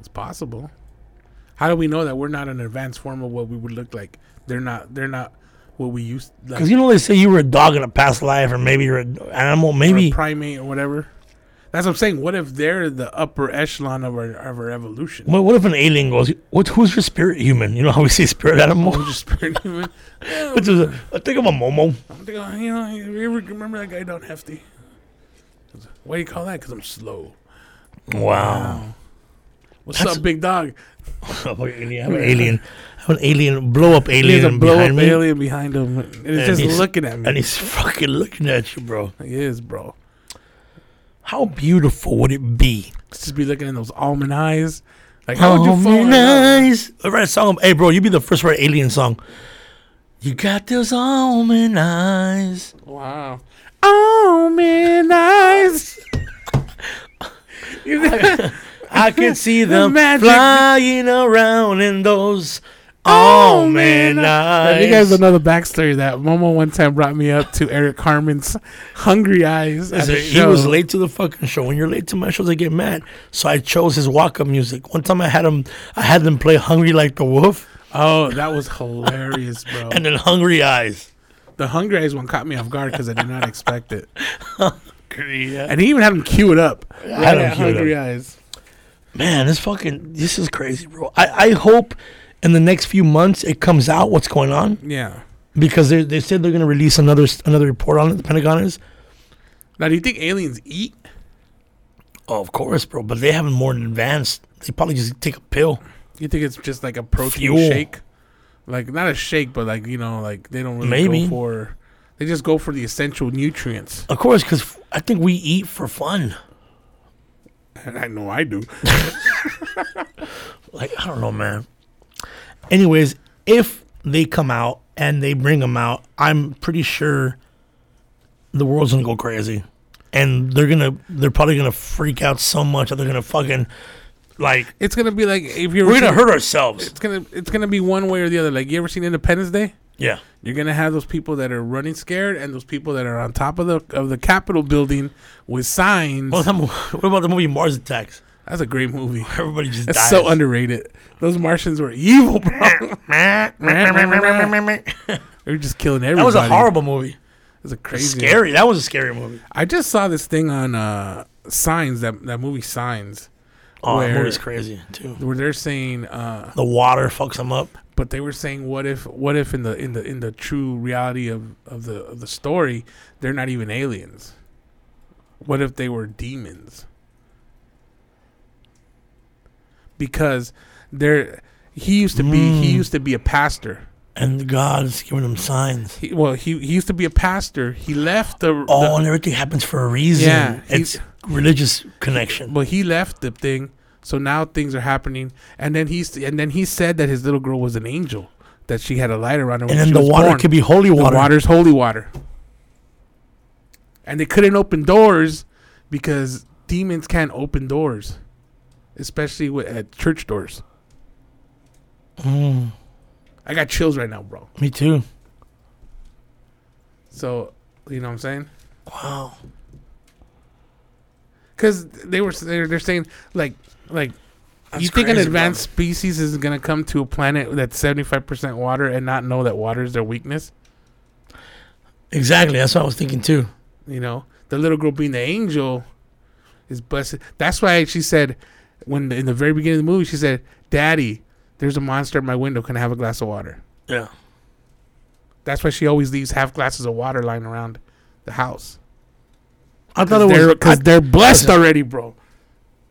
[SPEAKER 2] It's possible. How do we know that we're not an advanced form of what we would look like? They're not. They're not what we used. Like,
[SPEAKER 1] Because you know they say you were a dog in a past life, or maybe you're an animal. Maybe
[SPEAKER 2] or a primate or whatever. That's what I'm saying. What if they're the upper echelon of our of our evolution?
[SPEAKER 1] What, what if an alien goes, what, who's your spirit human? You know how we say spirit animal?
[SPEAKER 2] We're just pretty human. Yeah,
[SPEAKER 1] Which is a, I think of a Momo.
[SPEAKER 2] I'm thinking, you know, you ever remember that guy Don Hefty? Why do you call that? Because I'm slow.
[SPEAKER 1] Wow.
[SPEAKER 2] What's
[SPEAKER 1] That's-
[SPEAKER 2] up, big dog?
[SPEAKER 1] Fucking- I have an alien. I have an alien, blow up
[SPEAKER 2] He has a
[SPEAKER 1] alien
[SPEAKER 2] blow up
[SPEAKER 1] behind me.
[SPEAKER 2] alien behind him. And it's
[SPEAKER 1] And
[SPEAKER 2] just
[SPEAKER 1] he's-
[SPEAKER 2] looking at
[SPEAKER 1] And
[SPEAKER 2] me.
[SPEAKER 1] he's fucking looking at you, bro.
[SPEAKER 2] He is, bro.
[SPEAKER 1] How beautiful would it be?
[SPEAKER 2] Just be looking in those almond eyes. Like, how would you fall in love?
[SPEAKER 1] nice. I write a song. Hey, bro, you'd be the first to write an alien song. You got those almond eyes.
[SPEAKER 2] Wow. Almond eyes. You got-
[SPEAKER 1] I can see them
[SPEAKER 2] magic-
[SPEAKER 1] flying around in those almond
[SPEAKER 2] Now,
[SPEAKER 1] eyes.
[SPEAKER 2] if you guys don't know the backstory of that Momo one time brought me up to Eric Carmen's Hungry Eyes. At
[SPEAKER 1] Listen,
[SPEAKER 2] the
[SPEAKER 1] he was
[SPEAKER 2] show.
[SPEAKER 1] late to the fucking show. When you're late to my shows, I get mad. So I chose his walk-up music. One time I had him, I had them play "Hungry Like the Wolf"
[SPEAKER 2] Oh, that was hilarious, bro.
[SPEAKER 1] and then "Hungry Eyes."
[SPEAKER 2] the Hungry Eyes one caught me off guard because I did not expect it.
[SPEAKER 1] Man,
[SPEAKER 2] And he even had him queue it up. Right
[SPEAKER 1] him
[SPEAKER 2] at
[SPEAKER 1] queue it
[SPEAKER 2] Hungry Eyes.
[SPEAKER 1] this fucking this is crazy, bro. I, I hope in the next few months it comes out what's going on
[SPEAKER 2] Yeah.
[SPEAKER 1] because they they said they're gonna release another another report on it. The Pentagon is,
[SPEAKER 2] Now, do you think aliens eat?
[SPEAKER 1] oh, of course, bro. But they haven't more than advanced. They probably just take a pill.
[SPEAKER 2] You think it's just like a protein
[SPEAKER 1] Fuel.
[SPEAKER 2] shake? Like not a shake, but like you know, like they don't really
[SPEAKER 1] Maybe.
[SPEAKER 2] go for. They just go for the essential nutrients.
[SPEAKER 1] Of course, because I think we eat for fun.
[SPEAKER 2] And I know I do.
[SPEAKER 1] like I don't know, man. Anyways, if they come out and they bring them out, I'm pretty sure the world's gonna go crazy, and they're gonna they're probably gonna freak out so much that they're gonna fucking like
[SPEAKER 2] It's gonna be like if you're.
[SPEAKER 1] we're gonna hurt ourselves.
[SPEAKER 2] It's gonna it's gonna be one way or the other. Like you ever seen Independence Day?
[SPEAKER 1] Yeah,
[SPEAKER 2] You're gonna have those people that are running scared and those people that are on top of the of the Capitol building with signs.
[SPEAKER 1] What about the mo- what about the movie Mars Attacks?
[SPEAKER 2] That's a great movie.
[SPEAKER 1] Everybody just
[SPEAKER 2] That's
[SPEAKER 1] dies.
[SPEAKER 2] so underrated. Those Martians were evil, bro.
[SPEAKER 1] that
[SPEAKER 2] they were just killing everybody.
[SPEAKER 1] was a horrible movie.
[SPEAKER 2] It was a crazy.
[SPEAKER 1] Scary. That was a scary movie.
[SPEAKER 2] I just saw this thing on uh, Signs that that movie Signs
[SPEAKER 1] Oh, that
[SPEAKER 2] Where-
[SPEAKER 1] movie's crazy too.
[SPEAKER 2] where they're saying, uh,
[SPEAKER 1] The water fucks them up.
[SPEAKER 2] but they were saying, what if what if in the in the in the true reality of of the of the story, they're not even aliens. What if they were demons? Because they're he used to be he
[SPEAKER 1] Mm.
[SPEAKER 2] used to be a pastor.
[SPEAKER 1] And God's giving them signs.
[SPEAKER 2] He, well, he he used to be a pastor. He left the,
[SPEAKER 1] Oh,
[SPEAKER 2] the
[SPEAKER 1] and everything happens for a reason.
[SPEAKER 2] Yeah,
[SPEAKER 1] it's
[SPEAKER 2] he's-
[SPEAKER 1] religious connection.
[SPEAKER 2] But he left the thing, so now things are happening. And then he's and then he said that his little girl was an angel, that she had a light around her.
[SPEAKER 1] And then the water could be holy
[SPEAKER 2] the
[SPEAKER 1] water.
[SPEAKER 2] water's holy water. And they couldn't open doors because demons can't open doors, especially with, at church doors.
[SPEAKER 1] Mm,
[SPEAKER 2] I got chills right now, bro.
[SPEAKER 1] me too.
[SPEAKER 2] So you know what I'm saying?
[SPEAKER 1] Wow.
[SPEAKER 2] Because they were they're, they're saying like like
[SPEAKER 1] That's
[SPEAKER 2] you think an
[SPEAKER 1] crazy,
[SPEAKER 2] advanced species is going to come to a planet that's 75% water and not know that water is their weakness?
[SPEAKER 1] bro. Exactly. That's what I was thinking too.
[SPEAKER 2] You know, the little girl being the angel is blessed. That's why she said, when in the very beginning of the movie, she said, Daddy, there's a monster at my window. Can I have a glass of water?
[SPEAKER 1] Yeah.
[SPEAKER 2] That's why she always leaves half glasses of water lying around the house.
[SPEAKER 1] I thought
[SPEAKER 2] Because
[SPEAKER 1] it
[SPEAKER 2] they're,
[SPEAKER 1] was.
[SPEAKER 2] 'cause
[SPEAKER 1] I-
[SPEAKER 2] they're blessed
[SPEAKER 1] listen.
[SPEAKER 2] already, bro.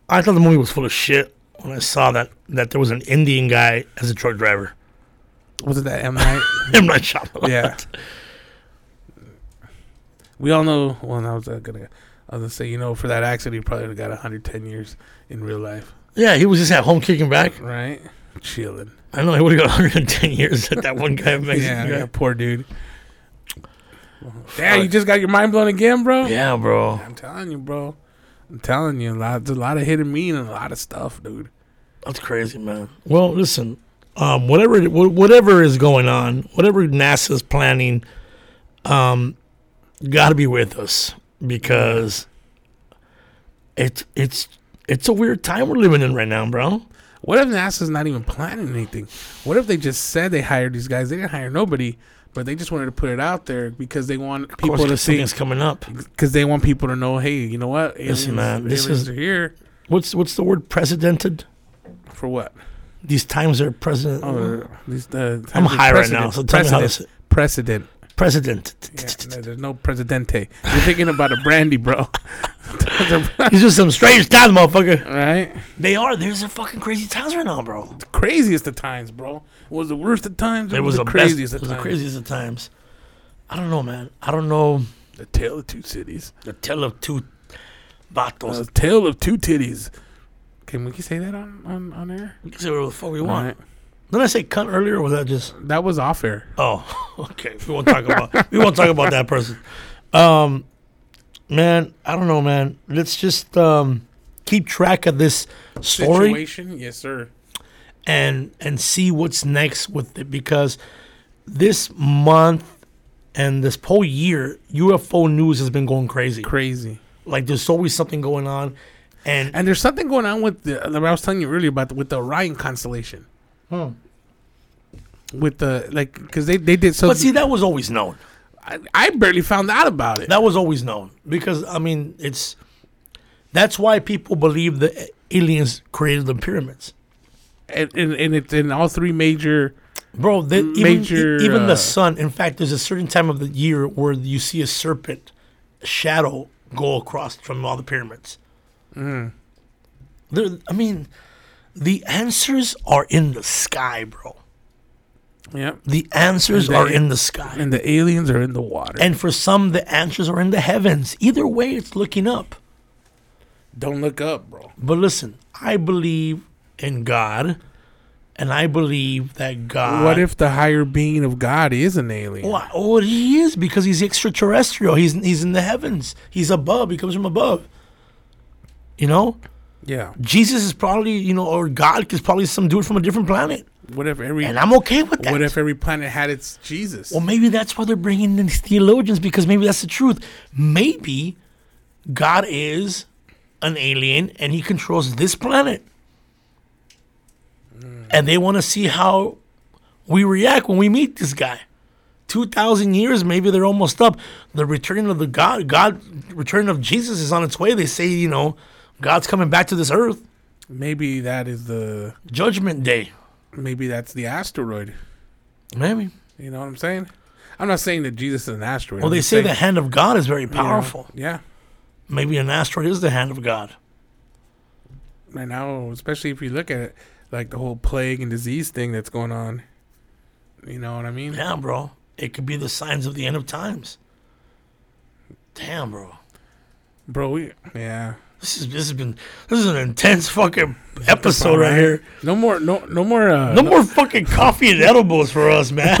[SPEAKER 1] I thought the movie was full of shit when I saw that that there was an Indian guy as a truck driver.
[SPEAKER 2] Was it that M Night?
[SPEAKER 1] I'm not Shyamalan.
[SPEAKER 2] yeah. We all know. Well, I was uh, gonna. I was gonna say, you know, for that accident, he probably would've got 110 years in real life,
[SPEAKER 1] Yeah, he was just at home kicking back.
[SPEAKER 2] right? Chilling.
[SPEAKER 1] I know he would have got 110 years at that one guy. Mexican
[SPEAKER 2] Yeah,
[SPEAKER 1] yeah,
[SPEAKER 2] yeah, poor dude. Damn, you just got your mind blown again, bro.
[SPEAKER 1] guy. Yeah, bro.
[SPEAKER 2] I'm telling you, bro. I'm telling you, a lot, there's a lot of hidden meaning, a lot of stuff, dude.
[SPEAKER 1] That's crazy, man. Well, listen, um, whatever wh- whatever is going on, whatever NASA's planning, um, got to be with us because it's it's it's a weird time we're living in right now, bro.
[SPEAKER 2] What if NASA's not even planning anything? What if they just said they hired these guys? They didn't hire nobody, but they just wanted to put it out there because they want
[SPEAKER 1] People
[SPEAKER 2] people to see,
[SPEAKER 1] things coming up.
[SPEAKER 2] because they want people to know, hey, you know what?
[SPEAKER 1] Listen,
[SPEAKER 2] Aliens-
[SPEAKER 1] man, this
[SPEAKER 2] aliens
[SPEAKER 1] is-
[SPEAKER 2] are here
[SPEAKER 1] What's what's the word? Precedented.
[SPEAKER 2] for what?
[SPEAKER 1] These times are precedent.
[SPEAKER 2] Oh, these, uh,
[SPEAKER 1] I'm high right
[SPEAKER 2] precedent-
[SPEAKER 1] now, so tell me how this
[SPEAKER 2] Precedent.
[SPEAKER 1] precedent.
[SPEAKER 2] Yeah, no, there's no presidente. You're thinking about a brandy, bro.
[SPEAKER 1] These are some strange times, motherfucker.
[SPEAKER 2] right?
[SPEAKER 1] They are. There's a fucking crazy times right now, bro.
[SPEAKER 2] Craziest of times, bro. Was the worst of times. It
[SPEAKER 1] It was
[SPEAKER 2] was
[SPEAKER 1] the
[SPEAKER 2] the craziest
[SPEAKER 1] best. It
[SPEAKER 2] of
[SPEAKER 1] was the
[SPEAKER 2] times.
[SPEAKER 1] craziest of times. I don't know, man. I don't know
[SPEAKER 2] The tale of two cities.
[SPEAKER 1] the tale of two
[SPEAKER 2] The
[SPEAKER 1] battles.
[SPEAKER 2] tale of two titties. Can we can say that on on, on air?
[SPEAKER 1] We can say whatever the fuck we
[SPEAKER 2] All
[SPEAKER 1] want.
[SPEAKER 2] right.
[SPEAKER 1] Didn't I say cunt earlier? Or was that just?
[SPEAKER 2] That was off air.
[SPEAKER 1] Oh, okay. We won't talk about. we won't talk about that person. Um, man, I don't know, man. Let's just um keep track of this story.
[SPEAKER 2] Situation, yes, sir.
[SPEAKER 1] and and see what's next with it because this month and this whole year UFO news has been going crazy.
[SPEAKER 2] Crazy.
[SPEAKER 1] Like there's always something going on, and
[SPEAKER 2] And there's something going on with the. I was telling you earlier about the, with the Orion constellation.
[SPEAKER 1] Hmm.
[SPEAKER 2] With the like, because they they did so.
[SPEAKER 1] but see that was always known.
[SPEAKER 2] I, I barely found out about it.
[SPEAKER 1] That was always known because I mean it's that's why people believe the aliens created the pyramids,
[SPEAKER 2] and, and, and it's in all three major.
[SPEAKER 1] bro. They, even, e,
[SPEAKER 2] Major,
[SPEAKER 1] even
[SPEAKER 2] uh,
[SPEAKER 1] the sun. In fact, there's a certain time of the year where you see a serpent shadow go across from all the pyramids.
[SPEAKER 2] Mm.
[SPEAKER 1] There, I mean, the answers are in the sky, bro.
[SPEAKER 2] Yeah.
[SPEAKER 1] The answers
[SPEAKER 2] And they-
[SPEAKER 1] are in the sky.
[SPEAKER 2] And the aliens are in the water.
[SPEAKER 1] And for some, the answers are in the heavens. Either way, it's looking up.
[SPEAKER 2] Don't look up, bro.
[SPEAKER 1] But listen, I believe in God, and I believe that God.
[SPEAKER 2] what if the higher being of God is an alien?
[SPEAKER 1] Well, oh, he is because he's extraterrestrial. He's he's in the heavens. He's above. He comes from above. You know,
[SPEAKER 2] Yeah.
[SPEAKER 1] Jesus is probably you know, or God is probably some dude from a different planet,
[SPEAKER 2] What if every
[SPEAKER 1] and I'm okay with that.
[SPEAKER 2] what if every planet had its Jesus?
[SPEAKER 1] Well, maybe that's why they're bringing in these theologians because maybe that's the truth. Maybe God is an alien and he controls this planet. And they want to see how we react when we meet this guy. 2000 years maybe they're almost up. The return of the God God return of Jesus is on its way. They say, you know, God's coming back to this earth.
[SPEAKER 2] maybe that is the
[SPEAKER 1] Judgment day.
[SPEAKER 2] maybe that's the asteroid.
[SPEAKER 1] Maybe.
[SPEAKER 2] You know what I'm saying? I'm not saying that Jesus is an asteroid.
[SPEAKER 1] Well,
[SPEAKER 2] I'm
[SPEAKER 1] they
[SPEAKER 2] just
[SPEAKER 1] say
[SPEAKER 2] saying-
[SPEAKER 1] the hand of God is very
[SPEAKER 2] you know,
[SPEAKER 1] powerful.
[SPEAKER 2] Yeah.
[SPEAKER 1] Maybe an asteroid is the hand of God.
[SPEAKER 2] Right now, especially if you look at it, like the whole plague and disease thing that's going on. You know what I mean?
[SPEAKER 1] Damn, bro. It could be the signs of the end of times. Damn, bro.
[SPEAKER 2] Bro, we yeah.
[SPEAKER 1] This is this has been this is an intense fucking episode right here.
[SPEAKER 2] No more no no more uh
[SPEAKER 1] No more fucking coffee and edibles for us, man.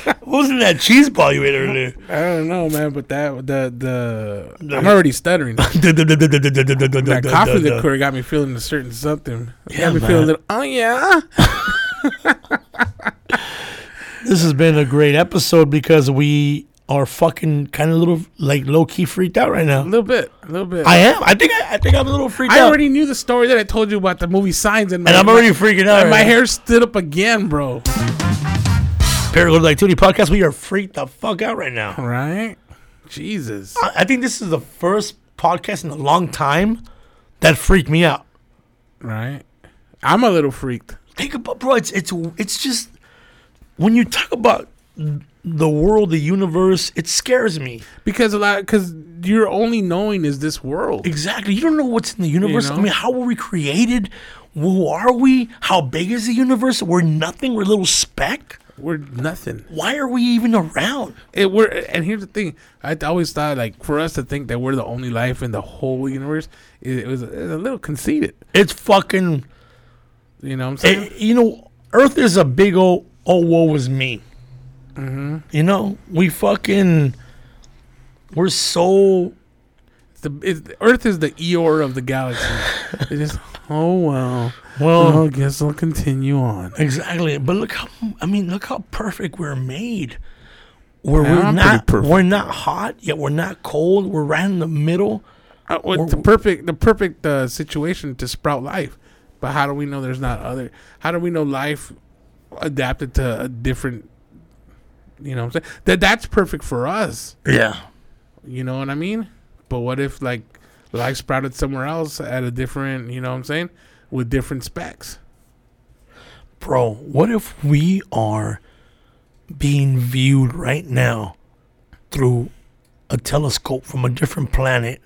[SPEAKER 1] what was in that cheese ball you ate earlier?
[SPEAKER 2] I don't know, man, but that the the I'm already stuttering. that coffee liqueur got me feeling a certain something. It
[SPEAKER 1] Yeah,
[SPEAKER 2] got me feeling
[SPEAKER 1] man.
[SPEAKER 2] a little. Oh yeah.
[SPEAKER 1] This has been a great episode because we are fucking kind of little like low key freaked out right
[SPEAKER 2] A
[SPEAKER 1] now.
[SPEAKER 2] little bit, a little bit.
[SPEAKER 1] I
[SPEAKER 2] I,
[SPEAKER 1] am. I think I, I think I'm a little freaked out,
[SPEAKER 2] already knew the story that I told you about the movie Signs, and, my,
[SPEAKER 1] and I'm already freaking out.
[SPEAKER 2] my,
[SPEAKER 1] right
[SPEAKER 2] my
[SPEAKER 1] now.
[SPEAKER 2] hair stood up again, bro.
[SPEAKER 1] Paraglobal Activity Podcast. We are freaked the fuck out right now.
[SPEAKER 2] Right? Jesus.
[SPEAKER 1] I I think this is the first podcast in a long time that freaked me out.
[SPEAKER 2] Right? I'm a little freaked.
[SPEAKER 1] Think about, bro. It's it's it's just when you talk about the world, the universe, it scares me.
[SPEAKER 2] because a lot because your only knowing is this world.
[SPEAKER 1] Exactly. You don't know what's in the universe.
[SPEAKER 2] know?
[SPEAKER 1] I mean, how were we created? Who are we? How big is the universe? We're nothing. We're a little speck.
[SPEAKER 2] We're nothing.
[SPEAKER 1] Why are we even around?
[SPEAKER 2] It we're and here's the thing. I th- always thought like for us to think that we're the only life in the whole universe, it, it was it's a little conceited.
[SPEAKER 1] It's fucking.
[SPEAKER 2] You know what I'm saying?
[SPEAKER 1] it- Eh, you know, Earth is a big old oh woe was me.
[SPEAKER 2] Mm-hmm.
[SPEAKER 1] You know, we fucking we're so
[SPEAKER 2] It's the it's, Earth is the Eeyore of the galaxy. it is. Oh well.
[SPEAKER 1] well.
[SPEAKER 2] Well, I guess I'll continue on.
[SPEAKER 1] Exactly. But look how I mean, look how perfect we're made. We're,
[SPEAKER 2] Yeah,
[SPEAKER 1] we're
[SPEAKER 2] I'm
[SPEAKER 1] not
[SPEAKER 2] pretty perfect.
[SPEAKER 1] we're not hot yet. We're not cold. We're right in the middle.
[SPEAKER 2] Uh, well, the perfect the perfect uh, situation to sprout life. But how do we know there's not other? How do we know life adapted to a different? You know what I'm saying? That that's perfect for us.
[SPEAKER 1] Yeah.
[SPEAKER 2] You know what I mean? But what if like life sprouted somewhere else at a different? You know what I'm saying? With different specs.
[SPEAKER 1] Bro, what if we are being viewed right now through a telescope from a different planet?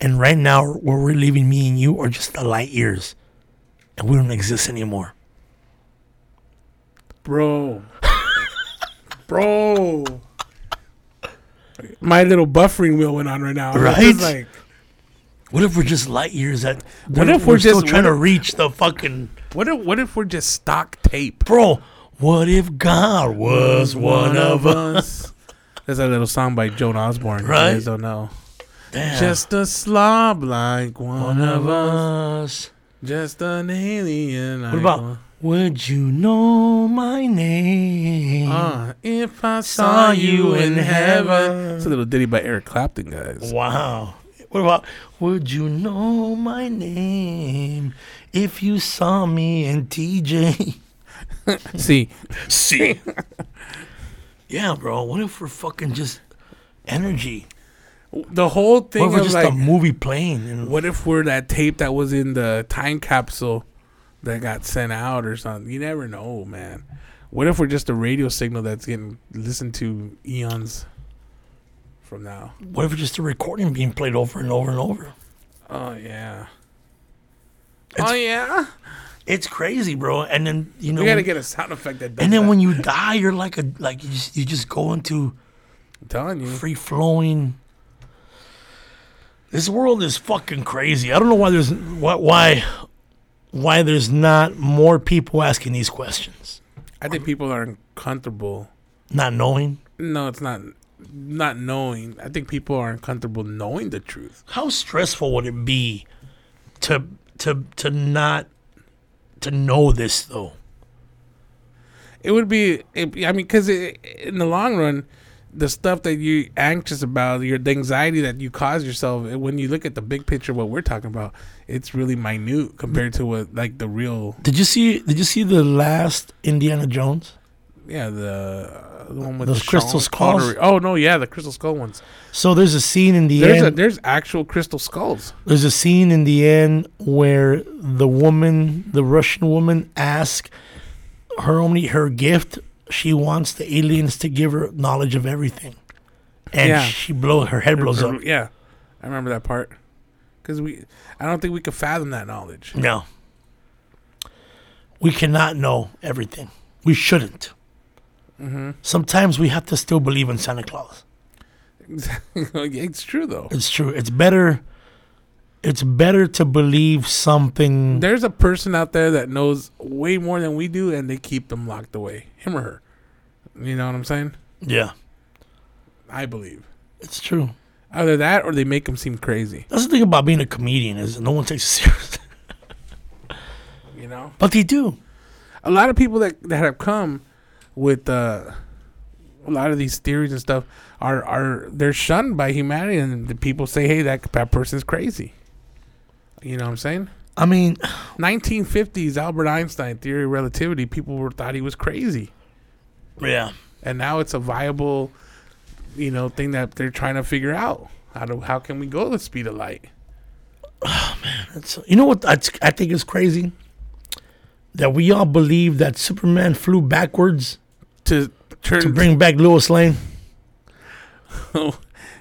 [SPEAKER 1] And right now, where we're living, me and you are just the light years, and we don't exist anymore.
[SPEAKER 2] Bro. Bro. My little buffering wheel went on right now. I'm
[SPEAKER 1] Right?
[SPEAKER 2] Just like,
[SPEAKER 1] What if we're just light years that?
[SPEAKER 2] What if we're
[SPEAKER 1] still
[SPEAKER 2] just-
[SPEAKER 1] trying
[SPEAKER 2] what
[SPEAKER 1] to reach the fucking
[SPEAKER 2] what if what if we're just stock tape?
[SPEAKER 1] bro? What if God was one of us?
[SPEAKER 2] us. That's a little song by Joan Osborne.
[SPEAKER 1] Right?
[SPEAKER 2] You guys don't know.
[SPEAKER 1] Damn.
[SPEAKER 2] Just a slob like one,
[SPEAKER 1] one
[SPEAKER 2] of
[SPEAKER 1] of
[SPEAKER 2] us.
[SPEAKER 1] us.
[SPEAKER 2] Just an alien.
[SPEAKER 1] What about?
[SPEAKER 2] E?
[SPEAKER 1] Would you know my name?
[SPEAKER 2] Uh, if I saw you in heaven.
[SPEAKER 1] heaven.
[SPEAKER 2] It's a little ditty by Eric Clapton, guys.
[SPEAKER 1] Wow. What about would you know my name if you saw me in TJ?
[SPEAKER 2] Oh. See,
[SPEAKER 1] See? yeah, bro. What if we're fucking just energy?
[SPEAKER 2] the whole thing
[SPEAKER 1] What if we're
[SPEAKER 2] of
[SPEAKER 1] just
[SPEAKER 2] like,
[SPEAKER 1] a movie playing? And
[SPEAKER 2] What if we're that tape that was in the time capsule that got sent out or something? You never know, man. What if we're just a radio signal that's getting listened to eons from now?
[SPEAKER 1] what if it's just a recording being played over and over and over?
[SPEAKER 2] Oh yeah.
[SPEAKER 1] It's-
[SPEAKER 2] oh yeah.
[SPEAKER 1] It's crazy, bro. And then you know,
[SPEAKER 2] We gotta
[SPEAKER 1] when-
[SPEAKER 2] get a sound effect that. Does
[SPEAKER 1] and then
[SPEAKER 2] that.
[SPEAKER 1] when you die, you're like a like you just, you just go into
[SPEAKER 2] I'm telling you,
[SPEAKER 1] free flowing. This world is fucking crazy. I don't know why there's why why, why there's not more people asking these questions,
[SPEAKER 2] I think people are uncomfortable.
[SPEAKER 1] not knowing.
[SPEAKER 2] No, it's not. Not knowing. I think people are uncomfortable knowing the truth.
[SPEAKER 1] How stressful would it be to to to not to know this though?
[SPEAKER 2] it would be it, i mean because in the long run the stuff that you anxious about your the anxiety that you cause yourself eh, when you look at the big picture of what we're talking about it's really minute compared to what like the real
[SPEAKER 1] Did you see Did you see the last Indiana Jones?
[SPEAKER 2] yeah the, the one with
[SPEAKER 1] Those
[SPEAKER 2] the
[SPEAKER 1] crystal
[SPEAKER 2] Sean Connery-
[SPEAKER 1] skulls?
[SPEAKER 2] oh no yeah the crystal skull ones
[SPEAKER 1] So there's a scene in the
[SPEAKER 2] there's a
[SPEAKER 1] end.
[SPEAKER 2] there's actual crystal skulls
[SPEAKER 1] There's a scene in the end where the woman, the Russian woman, asks her only her gift. She wants the aliens to give her knowledge of everything, and
[SPEAKER 2] Yeah.
[SPEAKER 1] she blow her head blows up.
[SPEAKER 2] yeah i remember that part because we i don't think we could fathom that knowledge
[SPEAKER 1] No, we cannot know everything. We shouldn't. Sometimes we have to still believe in Santa Claus.
[SPEAKER 2] it's true though
[SPEAKER 1] It's true. It's better. It's better to believe something.
[SPEAKER 2] There's a person out there that knows way more than we do, and they keep them locked away, him or her. You know what I'm saying?
[SPEAKER 1] Yeah,
[SPEAKER 2] I believe.
[SPEAKER 1] it's true.
[SPEAKER 2] Either that, or they make them seem crazy.
[SPEAKER 1] That's the thing about being a comedian is no one takes it seriously.
[SPEAKER 2] You know,
[SPEAKER 1] But they do.
[SPEAKER 2] a lot of people that that have come with uh, a lot of these theories and stuff are are they're shunned by humanity, and the people say, "Hey, that that person's crazy." You know what I'm saying?
[SPEAKER 1] I mean,
[SPEAKER 2] 1950s Albert Einstein theory of relativity. People were thought he was crazy.
[SPEAKER 1] yeah.
[SPEAKER 2] and now it's a viable you know thing that they're trying to figure out how do how can we go the speed of light
[SPEAKER 1] It's, you know what I, I think is crazy? That we all believe that Superman flew backwards
[SPEAKER 2] to
[SPEAKER 1] to
[SPEAKER 2] turned.
[SPEAKER 1] bring back Lewis Lane.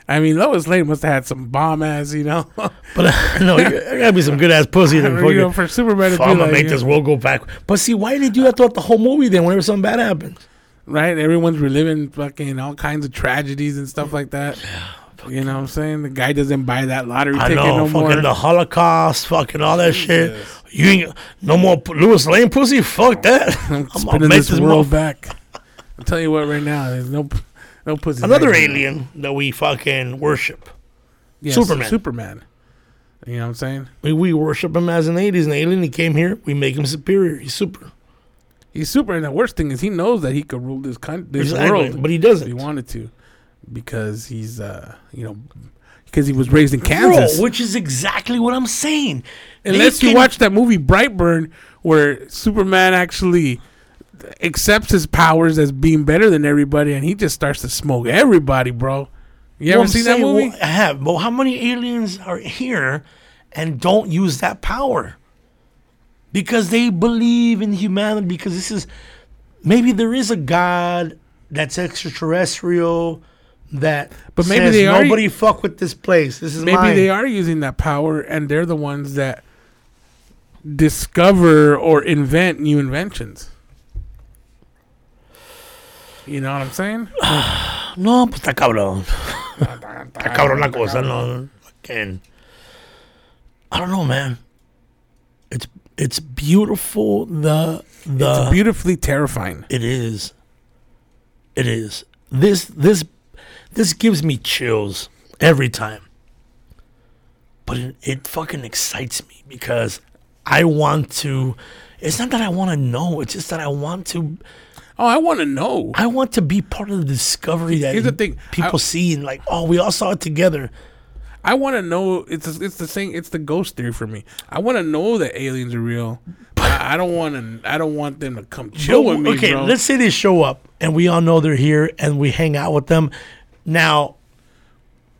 [SPEAKER 2] I mean, Lois Lane must have had some bomb ass, you know.
[SPEAKER 1] But uh, no, there gotta be some good ass pussy there. before
[SPEAKER 2] you know
[SPEAKER 1] you-
[SPEAKER 2] for Superman to
[SPEAKER 1] Fuck, I'm
[SPEAKER 2] be
[SPEAKER 1] gonna
[SPEAKER 2] like,
[SPEAKER 1] make this world go back. But see, why did they do that throughout the whole movie? Then, whenever something bad happens,
[SPEAKER 2] right? Everyone's reliving fucking all kinds of tragedies and stuff like that. You know what I'm saying? The guy doesn't buy that lottery
[SPEAKER 1] I
[SPEAKER 2] ticket
[SPEAKER 1] know,
[SPEAKER 2] no
[SPEAKER 1] fucking
[SPEAKER 2] more.
[SPEAKER 1] the Holocaust, fucking all that shit. You ain't no more p- Lewis Lane pussy. Fuck that. I'm gonna
[SPEAKER 2] Spinning
[SPEAKER 1] make
[SPEAKER 2] this
[SPEAKER 1] this world.
[SPEAKER 2] world back. I'll tell you what, right now, there's no, p- no pussy.
[SPEAKER 1] Another
[SPEAKER 2] back there.
[SPEAKER 1] alien that we fucking worship.
[SPEAKER 2] Yes,
[SPEAKER 1] Superman.
[SPEAKER 2] Superman. You know what I'm saying?
[SPEAKER 1] We, we worship him as an 80s an alien. He came here. We make him superior. He's super.
[SPEAKER 2] He's super, and the worst thing is he knows that he could rule this country, this
[SPEAKER 1] Exactly.
[SPEAKER 2] world,
[SPEAKER 1] But he
[SPEAKER 2] if he
[SPEAKER 1] doesn't.
[SPEAKER 2] wanted to, because he's, uh, you know, because he was raised in
[SPEAKER 1] Bro,
[SPEAKER 2] Kansas.
[SPEAKER 1] which is exactly what I'm saying. They
[SPEAKER 2] Unless you
[SPEAKER 1] can-
[SPEAKER 2] watch that movie Brightburn, where Superman actually accepts his powers as being better than everybody, and he just starts to smoke everybody, bro. You
[SPEAKER 1] Well,
[SPEAKER 2] ever
[SPEAKER 1] I'm
[SPEAKER 2] seen
[SPEAKER 1] saying,
[SPEAKER 2] that movie?
[SPEAKER 1] well, I have. But how many aliens are here and don't use that power? Because they believe in humanity. Because this is maybe there is a god that's extraterrestrial that
[SPEAKER 2] But maybe
[SPEAKER 1] says,
[SPEAKER 2] they are-
[SPEAKER 1] nobody fuck with this place. This is
[SPEAKER 2] Maybe
[SPEAKER 1] mine.
[SPEAKER 2] they are using that power, and they're the ones that discover or invent new inventions. You know what I'm saying?
[SPEAKER 1] No, pues está cabrón.
[SPEAKER 2] Ah,
[SPEAKER 1] Está cabrón la cosa. No, fucking. I don't know, man. It's it's beautiful. The the
[SPEAKER 2] It's beautifully terrifying.
[SPEAKER 1] It is. It is. This this this gives me chills every time. But it, it fucking excites me because I want to it's not that I want to know, it's just that I want to
[SPEAKER 2] Oh, I want to know.
[SPEAKER 1] I want to be part of the discovery that
[SPEAKER 2] Here's the thing,
[SPEAKER 1] people
[SPEAKER 2] I-
[SPEAKER 1] see and like, oh, we all saw it together.
[SPEAKER 2] I want to know. It's it's the thing. It's the ghost theory for me. I want to know that aliens are real. But I I don't want to. I don't want them to come chill
[SPEAKER 1] But
[SPEAKER 2] with me,
[SPEAKER 1] w- okay,
[SPEAKER 2] bro.
[SPEAKER 1] let's say they show up and we all know they're here and we hang out with them. Now,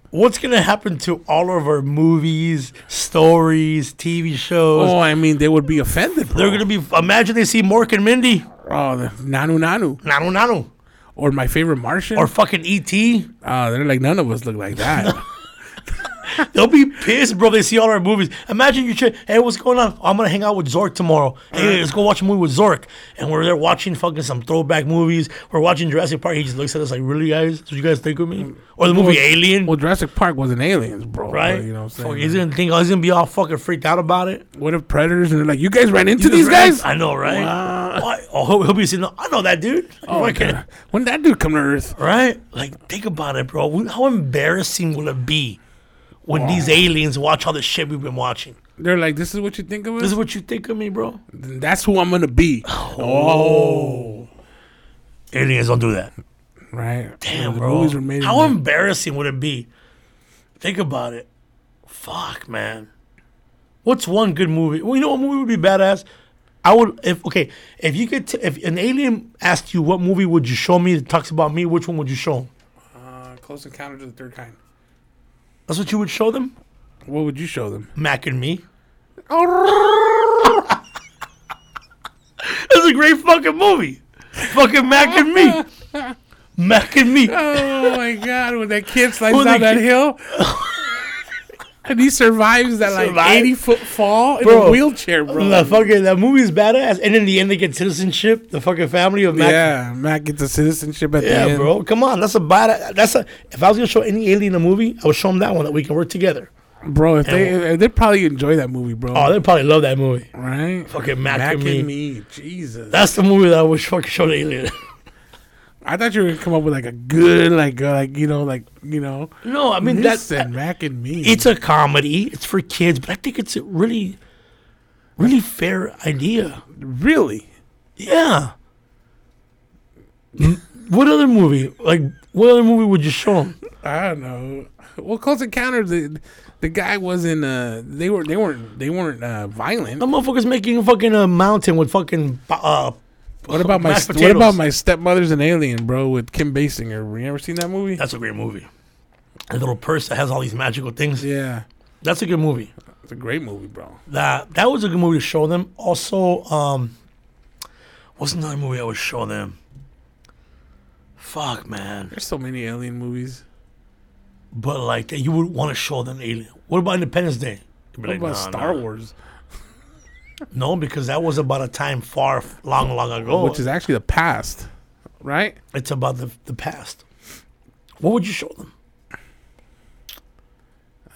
[SPEAKER 1] what's going to happen to all of our movies, stories, TV shows?
[SPEAKER 2] oh, I mean, they would be offended. Bro.
[SPEAKER 1] They're going to be, imagine they see Mork and Mindy,
[SPEAKER 2] oh, the Nanu Nanu
[SPEAKER 1] Nanu Nanu,
[SPEAKER 2] or my favorite Martian.
[SPEAKER 1] or fucking E E.T.
[SPEAKER 2] oh, they're like none of us look like that.
[SPEAKER 1] They'll be pissed, bro. They see all our movies. Imagine you, ch- hey, what's going on? I'm gonna hang out with Zork tomorrow. Hey, let's go watch a movie with Zork. And we're there watching fucking some throwback movies. We're watching Jurassic Park. He just looks at us like, really, guys? That's what you guys think of me? Or the movie Alien,
[SPEAKER 2] well, Jurassic Park wasn't aliens, bro.
[SPEAKER 1] right?
[SPEAKER 2] But, you know what
[SPEAKER 1] Fuck,
[SPEAKER 2] I'm
[SPEAKER 1] he's
[SPEAKER 2] saying?
[SPEAKER 1] gonna think, he's gonna be all fucking freaked out about it.
[SPEAKER 2] What if predators and they're like, you guys ran into these guys?
[SPEAKER 1] I know, right?
[SPEAKER 2] Wow.
[SPEAKER 1] Why- Oh, he'll, he'll be saying, I know that dude.
[SPEAKER 2] Oh, my
[SPEAKER 1] Fucking-
[SPEAKER 2] God. When did that dude come to Earth?
[SPEAKER 1] Right? Like, think about it, bro. We- How embarrassing will it be when these aliens watch all the shit we've been watching?
[SPEAKER 2] They're like, this is what you think of
[SPEAKER 1] This
[SPEAKER 2] us.
[SPEAKER 1] is what you think of me, bro?
[SPEAKER 2] That's who I'm gonna be. Oh,
[SPEAKER 1] Aliens don't do that.
[SPEAKER 2] right.
[SPEAKER 1] Damn,
[SPEAKER 2] the
[SPEAKER 1] bro.
[SPEAKER 2] Movies were made. in
[SPEAKER 1] How
[SPEAKER 2] the-
[SPEAKER 1] embarrassing would it be? Think about it. Fuck, man. What's one good movie? Well, you know what movie would be badass? I would if okay if you could t- if an alien asked you what movie would you show me that talks about me which one would you show 'em?
[SPEAKER 2] Uh, Close Encounters of the Third Kind.
[SPEAKER 1] That's what you would show them.
[SPEAKER 2] What would you show them?
[SPEAKER 1] Mac and me.
[SPEAKER 2] Oh,
[SPEAKER 1] That's a great fucking movie. Fucking Mac and me. Mac and me.
[SPEAKER 2] Oh, my God! When that kid slides
[SPEAKER 1] When
[SPEAKER 2] down
[SPEAKER 1] the
[SPEAKER 2] that
[SPEAKER 1] kid-
[SPEAKER 2] hill, and he survives that like
[SPEAKER 1] Survive?
[SPEAKER 2] eighty foot fall in
[SPEAKER 1] Bro.
[SPEAKER 2] a wheelchair, bro.
[SPEAKER 1] The fucking that movie's badass. And in the end, they get citizenship. The fucking family of Mac.
[SPEAKER 2] yeah, Matt gets a citizenship at the
[SPEAKER 1] Yeah,
[SPEAKER 2] end.
[SPEAKER 1] bro. Come on. That's a bad. That's a. If I was gonna show any alien a movie, I would show them that one that we can work together.
[SPEAKER 2] Bro, if they they probably enjoy that movie, bro.
[SPEAKER 1] Oh, they probably love that movie.
[SPEAKER 2] right?
[SPEAKER 1] Fucking Mac,
[SPEAKER 2] Mac
[SPEAKER 1] and me.
[SPEAKER 2] Jesus.
[SPEAKER 1] That's the movie that I wish fucking show the alien.
[SPEAKER 2] I thought you were gonna come up with like a good, like, uh, like you know, like you know.
[SPEAKER 1] no, I mean that's
[SPEAKER 2] Listen, Mac and me.
[SPEAKER 1] it's a comedy. It's for kids, but I think it's a really, really fair idea.
[SPEAKER 2] really
[SPEAKER 1] Yeah. M- what other movie? Like, what other movie would you show them?
[SPEAKER 2] I don't know. Well, Close Encounter, the the guy wasn't. Uh, they were. They weren't. They weren't uh, violent.
[SPEAKER 1] The motherfucker's making a fucking uh, mountain with fucking. Uh,
[SPEAKER 2] What about my
[SPEAKER 1] mashed
[SPEAKER 2] What about
[SPEAKER 1] potatoes.
[SPEAKER 2] my stepmother's an alien, bro? With Kim Basinger. You ever seen that movie?
[SPEAKER 1] That's a great movie. A little purse that has all these magical things.
[SPEAKER 2] yeah,
[SPEAKER 1] That's a good movie.
[SPEAKER 2] it's a great movie, bro.
[SPEAKER 1] That that was a good movie to show them. Also, um, what's another movie I would show them? Fuck, man.
[SPEAKER 2] There's so many alien movies.
[SPEAKER 1] But like, you would want to show them alien. What about Independence Day? You'd be
[SPEAKER 2] What
[SPEAKER 1] like,
[SPEAKER 2] about
[SPEAKER 1] "Nah,
[SPEAKER 2] Star
[SPEAKER 1] nah."
[SPEAKER 2] Wars?
[SPEAKER 1] No, because that was about a time far, f- long, long ago.
[SPEAKER 2] Which is actually the past, right?
[SPEAKER 1] it's about the the past. What would you show them?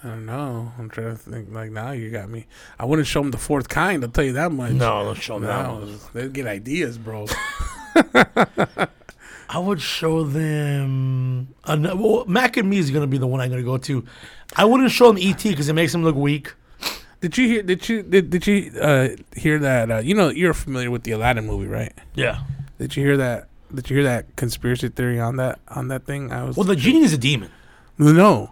[SPEAKER 2] I don't know. I'm trying to think. Like now, you got me. I wouldn't show them the fourth kind. I'll tell you that much.
[SPEAKER 1] No, don't show them. that one.
[SPEAKER 2] No, they get ideas, bro.
[SPEAKER 1] I would show them. Another, well, Mac and Me is gonna be the one I'm gonna go to. I wouldn't show them ET because it makes him look weak.
[SPEAKER 2] did you hear? Did you did, did you uh, hear that? Uh, you know, you're familiar with the Aladdin movie, right?
[SPEAKER 1] Yeah.
[SPEAKER 2] Did you hear that? Did you hear that conspiracy theory on that on that thing? I was
[SPEAKER 1] Well, the genie is a demon.
[SPEAKER 2] no.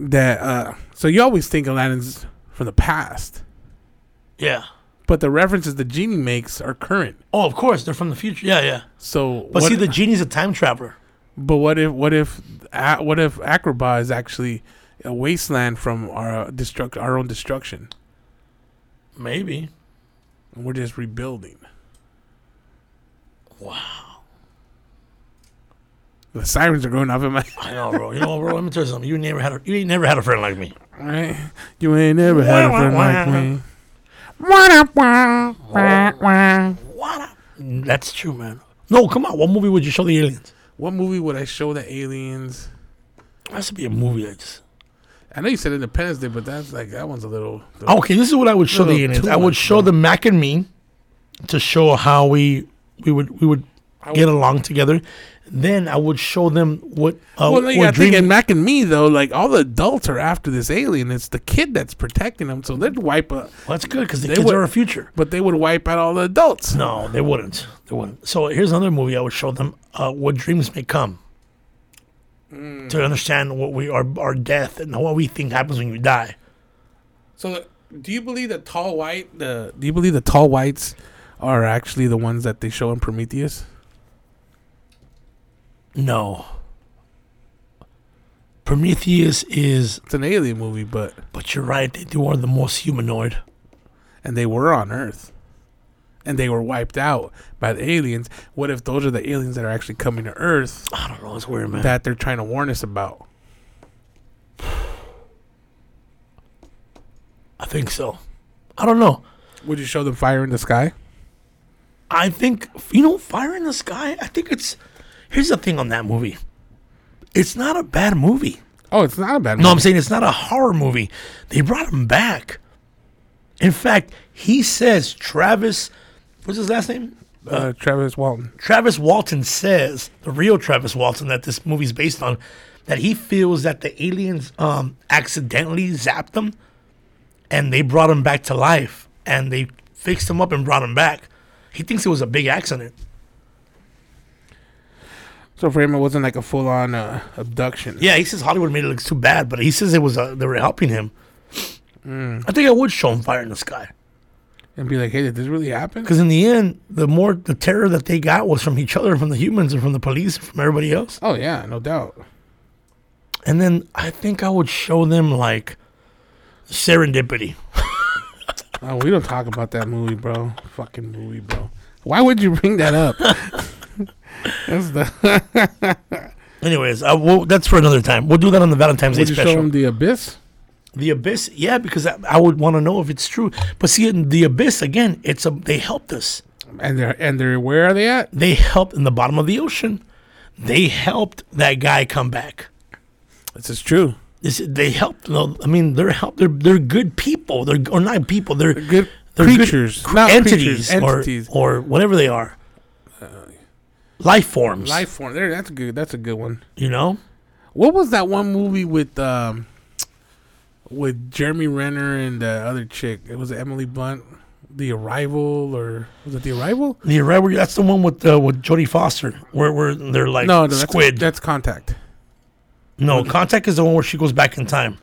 [SPEAKER 2] That uh, so you always think Aladdin's from the past,
[SPEAKER 1] Yeah.
[SPEAKER 2] but the references the genie makes are current.
[SPEAKER 1] Oh, of course, they're from the future. Yeah, yeah.
[SPEAKER 2] So,
[SPEAKER 1] But
[SPEAKER 2] what,
[SPEAKER 1] see, the genie's a time traveler.
[SPEAKER 2] but what if what if uh, what if Acrobat is actually a wasteland from our uh, destruct our own destruction?
[SPEAKER 1] Maybe.
[SPEAKER 2] And we're just rebuilding.
[SPEAKER 1] Wow.
[SPEAKER 2] The sirens are going off in my.
[SPEAKER 1] I know, bro. You know, bro. Let me tell you something. You never had a you ain't never had a friend like me.
[SPEAKER 2] Right? You ain't never had a friend like me.
[SPEAKER 1] What? A, that's true, man. No, come on. What movie would you show the aliens?
[SPEAKER 2] What movie would I show the aliens?
[SPEAKER 1] That should be a movie. Like this.
[SPEAKER 2] I know you said Independence Day, but that's like that one's a little.
[SPEAKER 1] Oh, Okay, this is what I would show the
[SPEAKER 2] Little
[SPEAKER 1] aliens.
[SPEAKER 2] too
[SPEAKER 1] I would
[SPEAKER 2] much,
[SPEAKER 1] show the Mac and me to show how we we would we would get along together. Then I would show them what uh,
[SPEAKER 2] Well, no, you
[SPEAKER 1] what
[SPEAKER 2] got
[SPEAKER 1] dream.
[SPEAKER 2] thinking Mac and me though. Like all the adults are after this alien. It's the kid that's protecting them, so they'd wipe up.
[SPEAKER 1] well, that's good because the
[SPEAKER 2] They
[SPEAKER 1] kids
[SPEAKER 2] would-
[SPEAKER 1] are our future.
[SPEAKER 2] But they would wipe out all the adults.
[SPEAKER 1] No, they wouldn't. They wouldn't. So here's another movie I would show them uh, what dreams may come.
[SPEAKER 2] Hmm.
[SPEAKER 1] To understand what we are, our death, and what we think happens when you die.
[SPEAKER 2] So, do you believe the tall white? The do you believe the tall whites are actually the ones that they show in Prometheus?
[SPEAKER 1] No. Prometheus is,
[SPEAKER 2] It's an alien movie, but
[SPEAKER 1] but you're right. They, they are the most humanoid.
[SPEAKER 2] and they were on Earth, and they were wiped out by the aliens. What if those are the aliens that are actually coming to Earth
[SPEAKER 1] I don't know. It's weird, man.
[SPEAKER 2] that they're trying to warn us about?
[SPEAKER 1] I think so. I don't know.
[SPEAKER 2] Would you show them fire in the sky?
[SPEAKER 1] I think you know, Fire in the Sky. I think it's. Here's the thing on that movie. It's not a bad movie.
[SPEAKER 2] Oh, it's not a bad.
[SPEAKER 1] No,
[SPEAKER 2] movie.
[SPEAKER 1] I'm saying it's not a horror movie. They brought him back. In fact, he says Travis. What's his last name?
[SPEAKER 2] uh, Travis Walton.
[SPEAKER 1] Travis Walton says, the real Travis Walton that this movie's based on, that he feels that the aliens um, accidentally zapped him and they brought him back to life and they fixed him up and brought him back. He thinks it was a big accident.
[SPEAKER 2] So for him, it wasn't like a full on uh, abduction.
[SPEAKER 1] Yeah, he says Hollywood made it look too bad, but he says it was uh, they were helping him. I think I would show him fire in the sky
[SPEAKER 2] And be like, hey, did this really happen?
[SPEAKER 1] because in the end, the more the terror that they got was from each other, from the humans, and from the police, and from everybody else.
[SPEAKER 2] Oh yeah, no doubt.
[SPEAKER 1] And then I think I would show them like serendipity.
[SPEAKER 2] Oh, we don't talk about that movie, bro. Fucking movie, bro. Why would you bring that up? That's the.
[SPEAKER 1] Anyways, I will, that's for another time. We'll do that on the Valentine's
[SPEAKER 2] Would
[SPEAKER 1] Day
[SPEAKER 2] you show
[SPEAKER 1] special.
[SPEAKER 2] him the abyss?
[SPEAKER 1] the abyss, yeah, because I, I would want to know if it's true. But see, in the abyss again, it's a they helped us.
[SPEAKER 2] And they're and they're where are they at?
[SPEAKER 1] They helped in the bottom of the ocean. They helped that guy come back.
[SPEAKER 2] This is true.
[SPEAKER 1] This, they helped. no, I mean, they're help. They're they're good people. They're or not people. They're,
[SPEAKER 2] Good
[SPEAKER 1] they're good
[SPEAKER 2] creatures,
[SPEAKER 1] cr-
[SPEAKER 2] not
[SPEAKER 1] entities,
[SPEAKER 2] creatures, entities. Uh,
[SPEAKER 1] or or whatever they are. Life forms.
[SPEAKER 2] Life form. There, that's a good. That's a good one.
[SPEAKER 1] You know.
[SPEAKER 2] What was that one movie with um, with Jeremy Renner and the other chick? It was Emily Blunt. The Arrival, or was it The Arrival?
[SPEAKER 1] The Irrever- That's the one with uh, with Jodie Foster, where where they're like
[SPEAKER 2] No, no, that's
[SPEAKER 1] squid.
[SPEAKER 2] That's Contact.
[SPEAKER 1] no, Contact is the one where she goes back in time.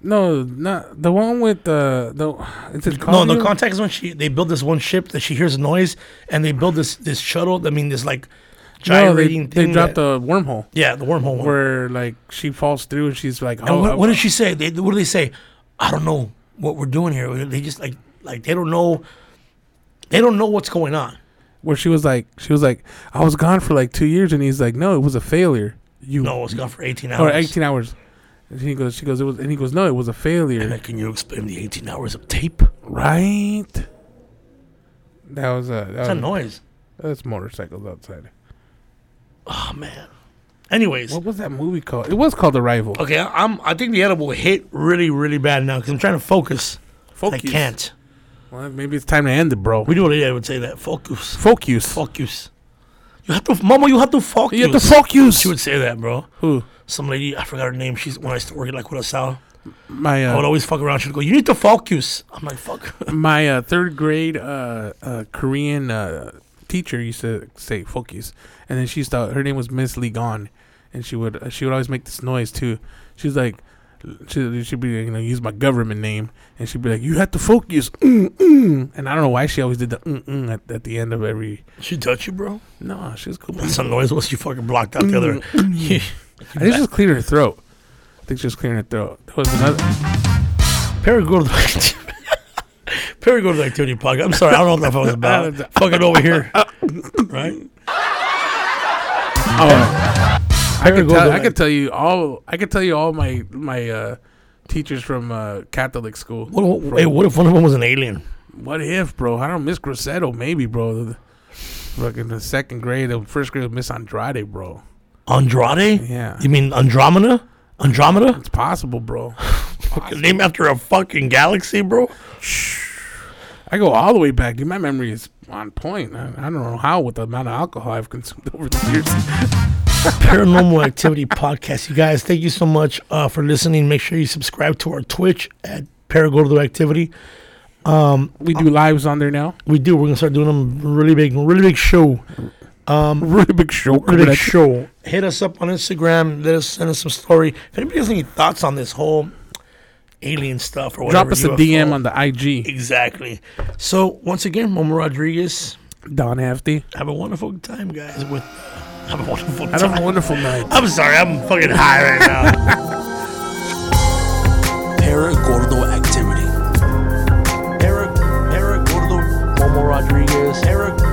[SPEAKER 2] No, not the one with the the. It's a
[SPEAKER 1] No, no, Contact is when she they build this one ship that she hears a noise, and they build this this shuttle. I mean, this like gyrating
[SPEAKER 2] they, they
[SPEAKER 1] thing.
[SPEAKER 2] dropped
[SPEAKER 1] that-
[SPEAKER 2] the wormhole
[SPEAKER 1] yeah, the wormhole one.
[SPEAKER 2] where like she falls through and she's like,
[SPEAKER 1] And
[SPEAKER 2] oh,
[SPEAKER 1] what,
[SPEAKER 2] I-
[SPEAKER 1] what did she say? They, what do they say? I don't know what we're doing here. They just like like they don't know. They don't know what's going on.
[SPEAKER 2] where she was like, she was like, I was gone for like two years, and he's like, no, it was a failure. You
[SPEAKER 1] No, it's gone for 18 hours.
[SPEAKER 2] or eighteen hours. And he goes, she goes, it was, and he goes, no, it was a
[SPEAKER 1] And
[SPEAKER 2] failure,
[SPEAKER 1] then can you explain the 18 hours of tape?
[SPEAKER 2] right? That was a
[SPEAKER 1] It's
[SPEAKER 2] that
[SPEAKER 1] a
[SPEAKER 2] was,
[SPEAKER 1] noise.
[SPEAKER 2] that's motorcycles outside.
[SPEAKER 1] Oh, man. Anyways,
[SPEAKER 2] What was that movie called? It was called Arrival.
[SPEAKER 1] okay, I- I'm, I think the edible hit really, really bad now because I'm trying to focus. and I
[SPEAKER 2] Focus.
[SPEAKER 1] can't.
[SPEAKER 2] Well, maybe it's time to end it, bro.
[SPEAKER 1] We do what I would say that. Focus.
[SPEAKER 2] Focus.
[SPEAKER 1] Focus. You have to, Mama, you have to focus.
[SPEAKER 2] You have to focus.
[SPEAKER 1] She would say that, bro.
[SPEAKER 2] Who?
[SPEAKER 1] Some lady, I forgot her name. She's when I used to work at La Curacao.
[SPEAKER 2] My
[SPEAKER 1] I would
[SPEAKER 2] uh,
[SPEAKER 1] always fuck around. She'd go, "You need to focus." I'm like, "Fuck."
[SPEAKER 2] my uh, third grade uh, uh, Korean uh, teacher used to say focus, and then she used to, her name was Miss Lee Gon, and she would uh, she would always make this noise too. She was like, she she'd be like, you know use my government name, and she'd be like, you have to focus, mm, mm. and I don't know why she always did the mm, mm at, at the end of every.
[SPEAKER 1] She touch you, bro.
[SPEAKER 2] No, she was cool.
[SPEAKER 1] That's a noise. Once you fucking blocked out the other.
[SPEAKER 2] I think she was clearing her throat. I think she was clearing her throat. That was another.
[SPEAKER 1] Perigord. Perigord activity podcast. I'm sorry, I don't know what that was about. fucking over here, right?
[SPEAKER 2] Oh, I could
[SPEAKER 1] goes the
[SPEAKER 2] tell. I
[SPEAKER 1] light.
[SPEAKER 2] could tell you all. I could tell you all my my uh, teachers from uh, Catholic school.
[SPEAKER 1] What, what, hey, what if one of them was an alien?
[SPEAKER 2] What if, bro? I don't miss Grosseto, maybe, bro. The- Fucking the second grade, the first grade, Miss Andrade, bro.
[SPEAKER 1] Andrade?
[SPEAKER 2] Yeah.
[SPEAKER 1] You mean Andromeda? Andromeda?
[SPEAKER 2] It's possible, bro.
[SPEAKER 1] Named after a fucking galaxy, bro.
[SPEAKER 2] I go all the way back, dude. My memory is on point. I, I don't know how with the amount of alcohol I've consumed over the years.
[SPEAKER 1] Paranormal Activity Podcast. You guys, thank you so much uh, for listening. Make sure you subscribe to our Twitch at Paragordo Activity.
[SPEAKER 2] We do lives on there now.
[SPEAKER 1] We do. We're gonna start doing them really big, really big show,
[SPEAKER 2] Really big show.
[SPEAKER 1] really
[SPEAKER 2] coming
[SPEAKER 1] big
[SPEAKER 2] at you.
[SPEAKER 1] show. Hit us up on Instagram. Let us send us some story. If anybody has any thoughts on this whole alien stuff or whatever,
[SPEAKER 2] Drop us a
[SPEAKER 1] UFO.
[SPEAKER 2] DM on the IG.
[SPEAKER 1] Exactly. So once again, Momo Rodriguez.
[SPEAKER 2] Don Hefty.
[SPEAKER 1] Have a wonderful time, guys. With have a wonderful
[SPEAKER 2] Have a
[SPEAKER 1] time.
[SPEAKER 2] wonderful night.
[SPEAKER 1] I'm sorry. I'm fucking high right now.
[SPEAKER 3] Paragordo activity. Para, Paragordo Momo Rodriguez. Para,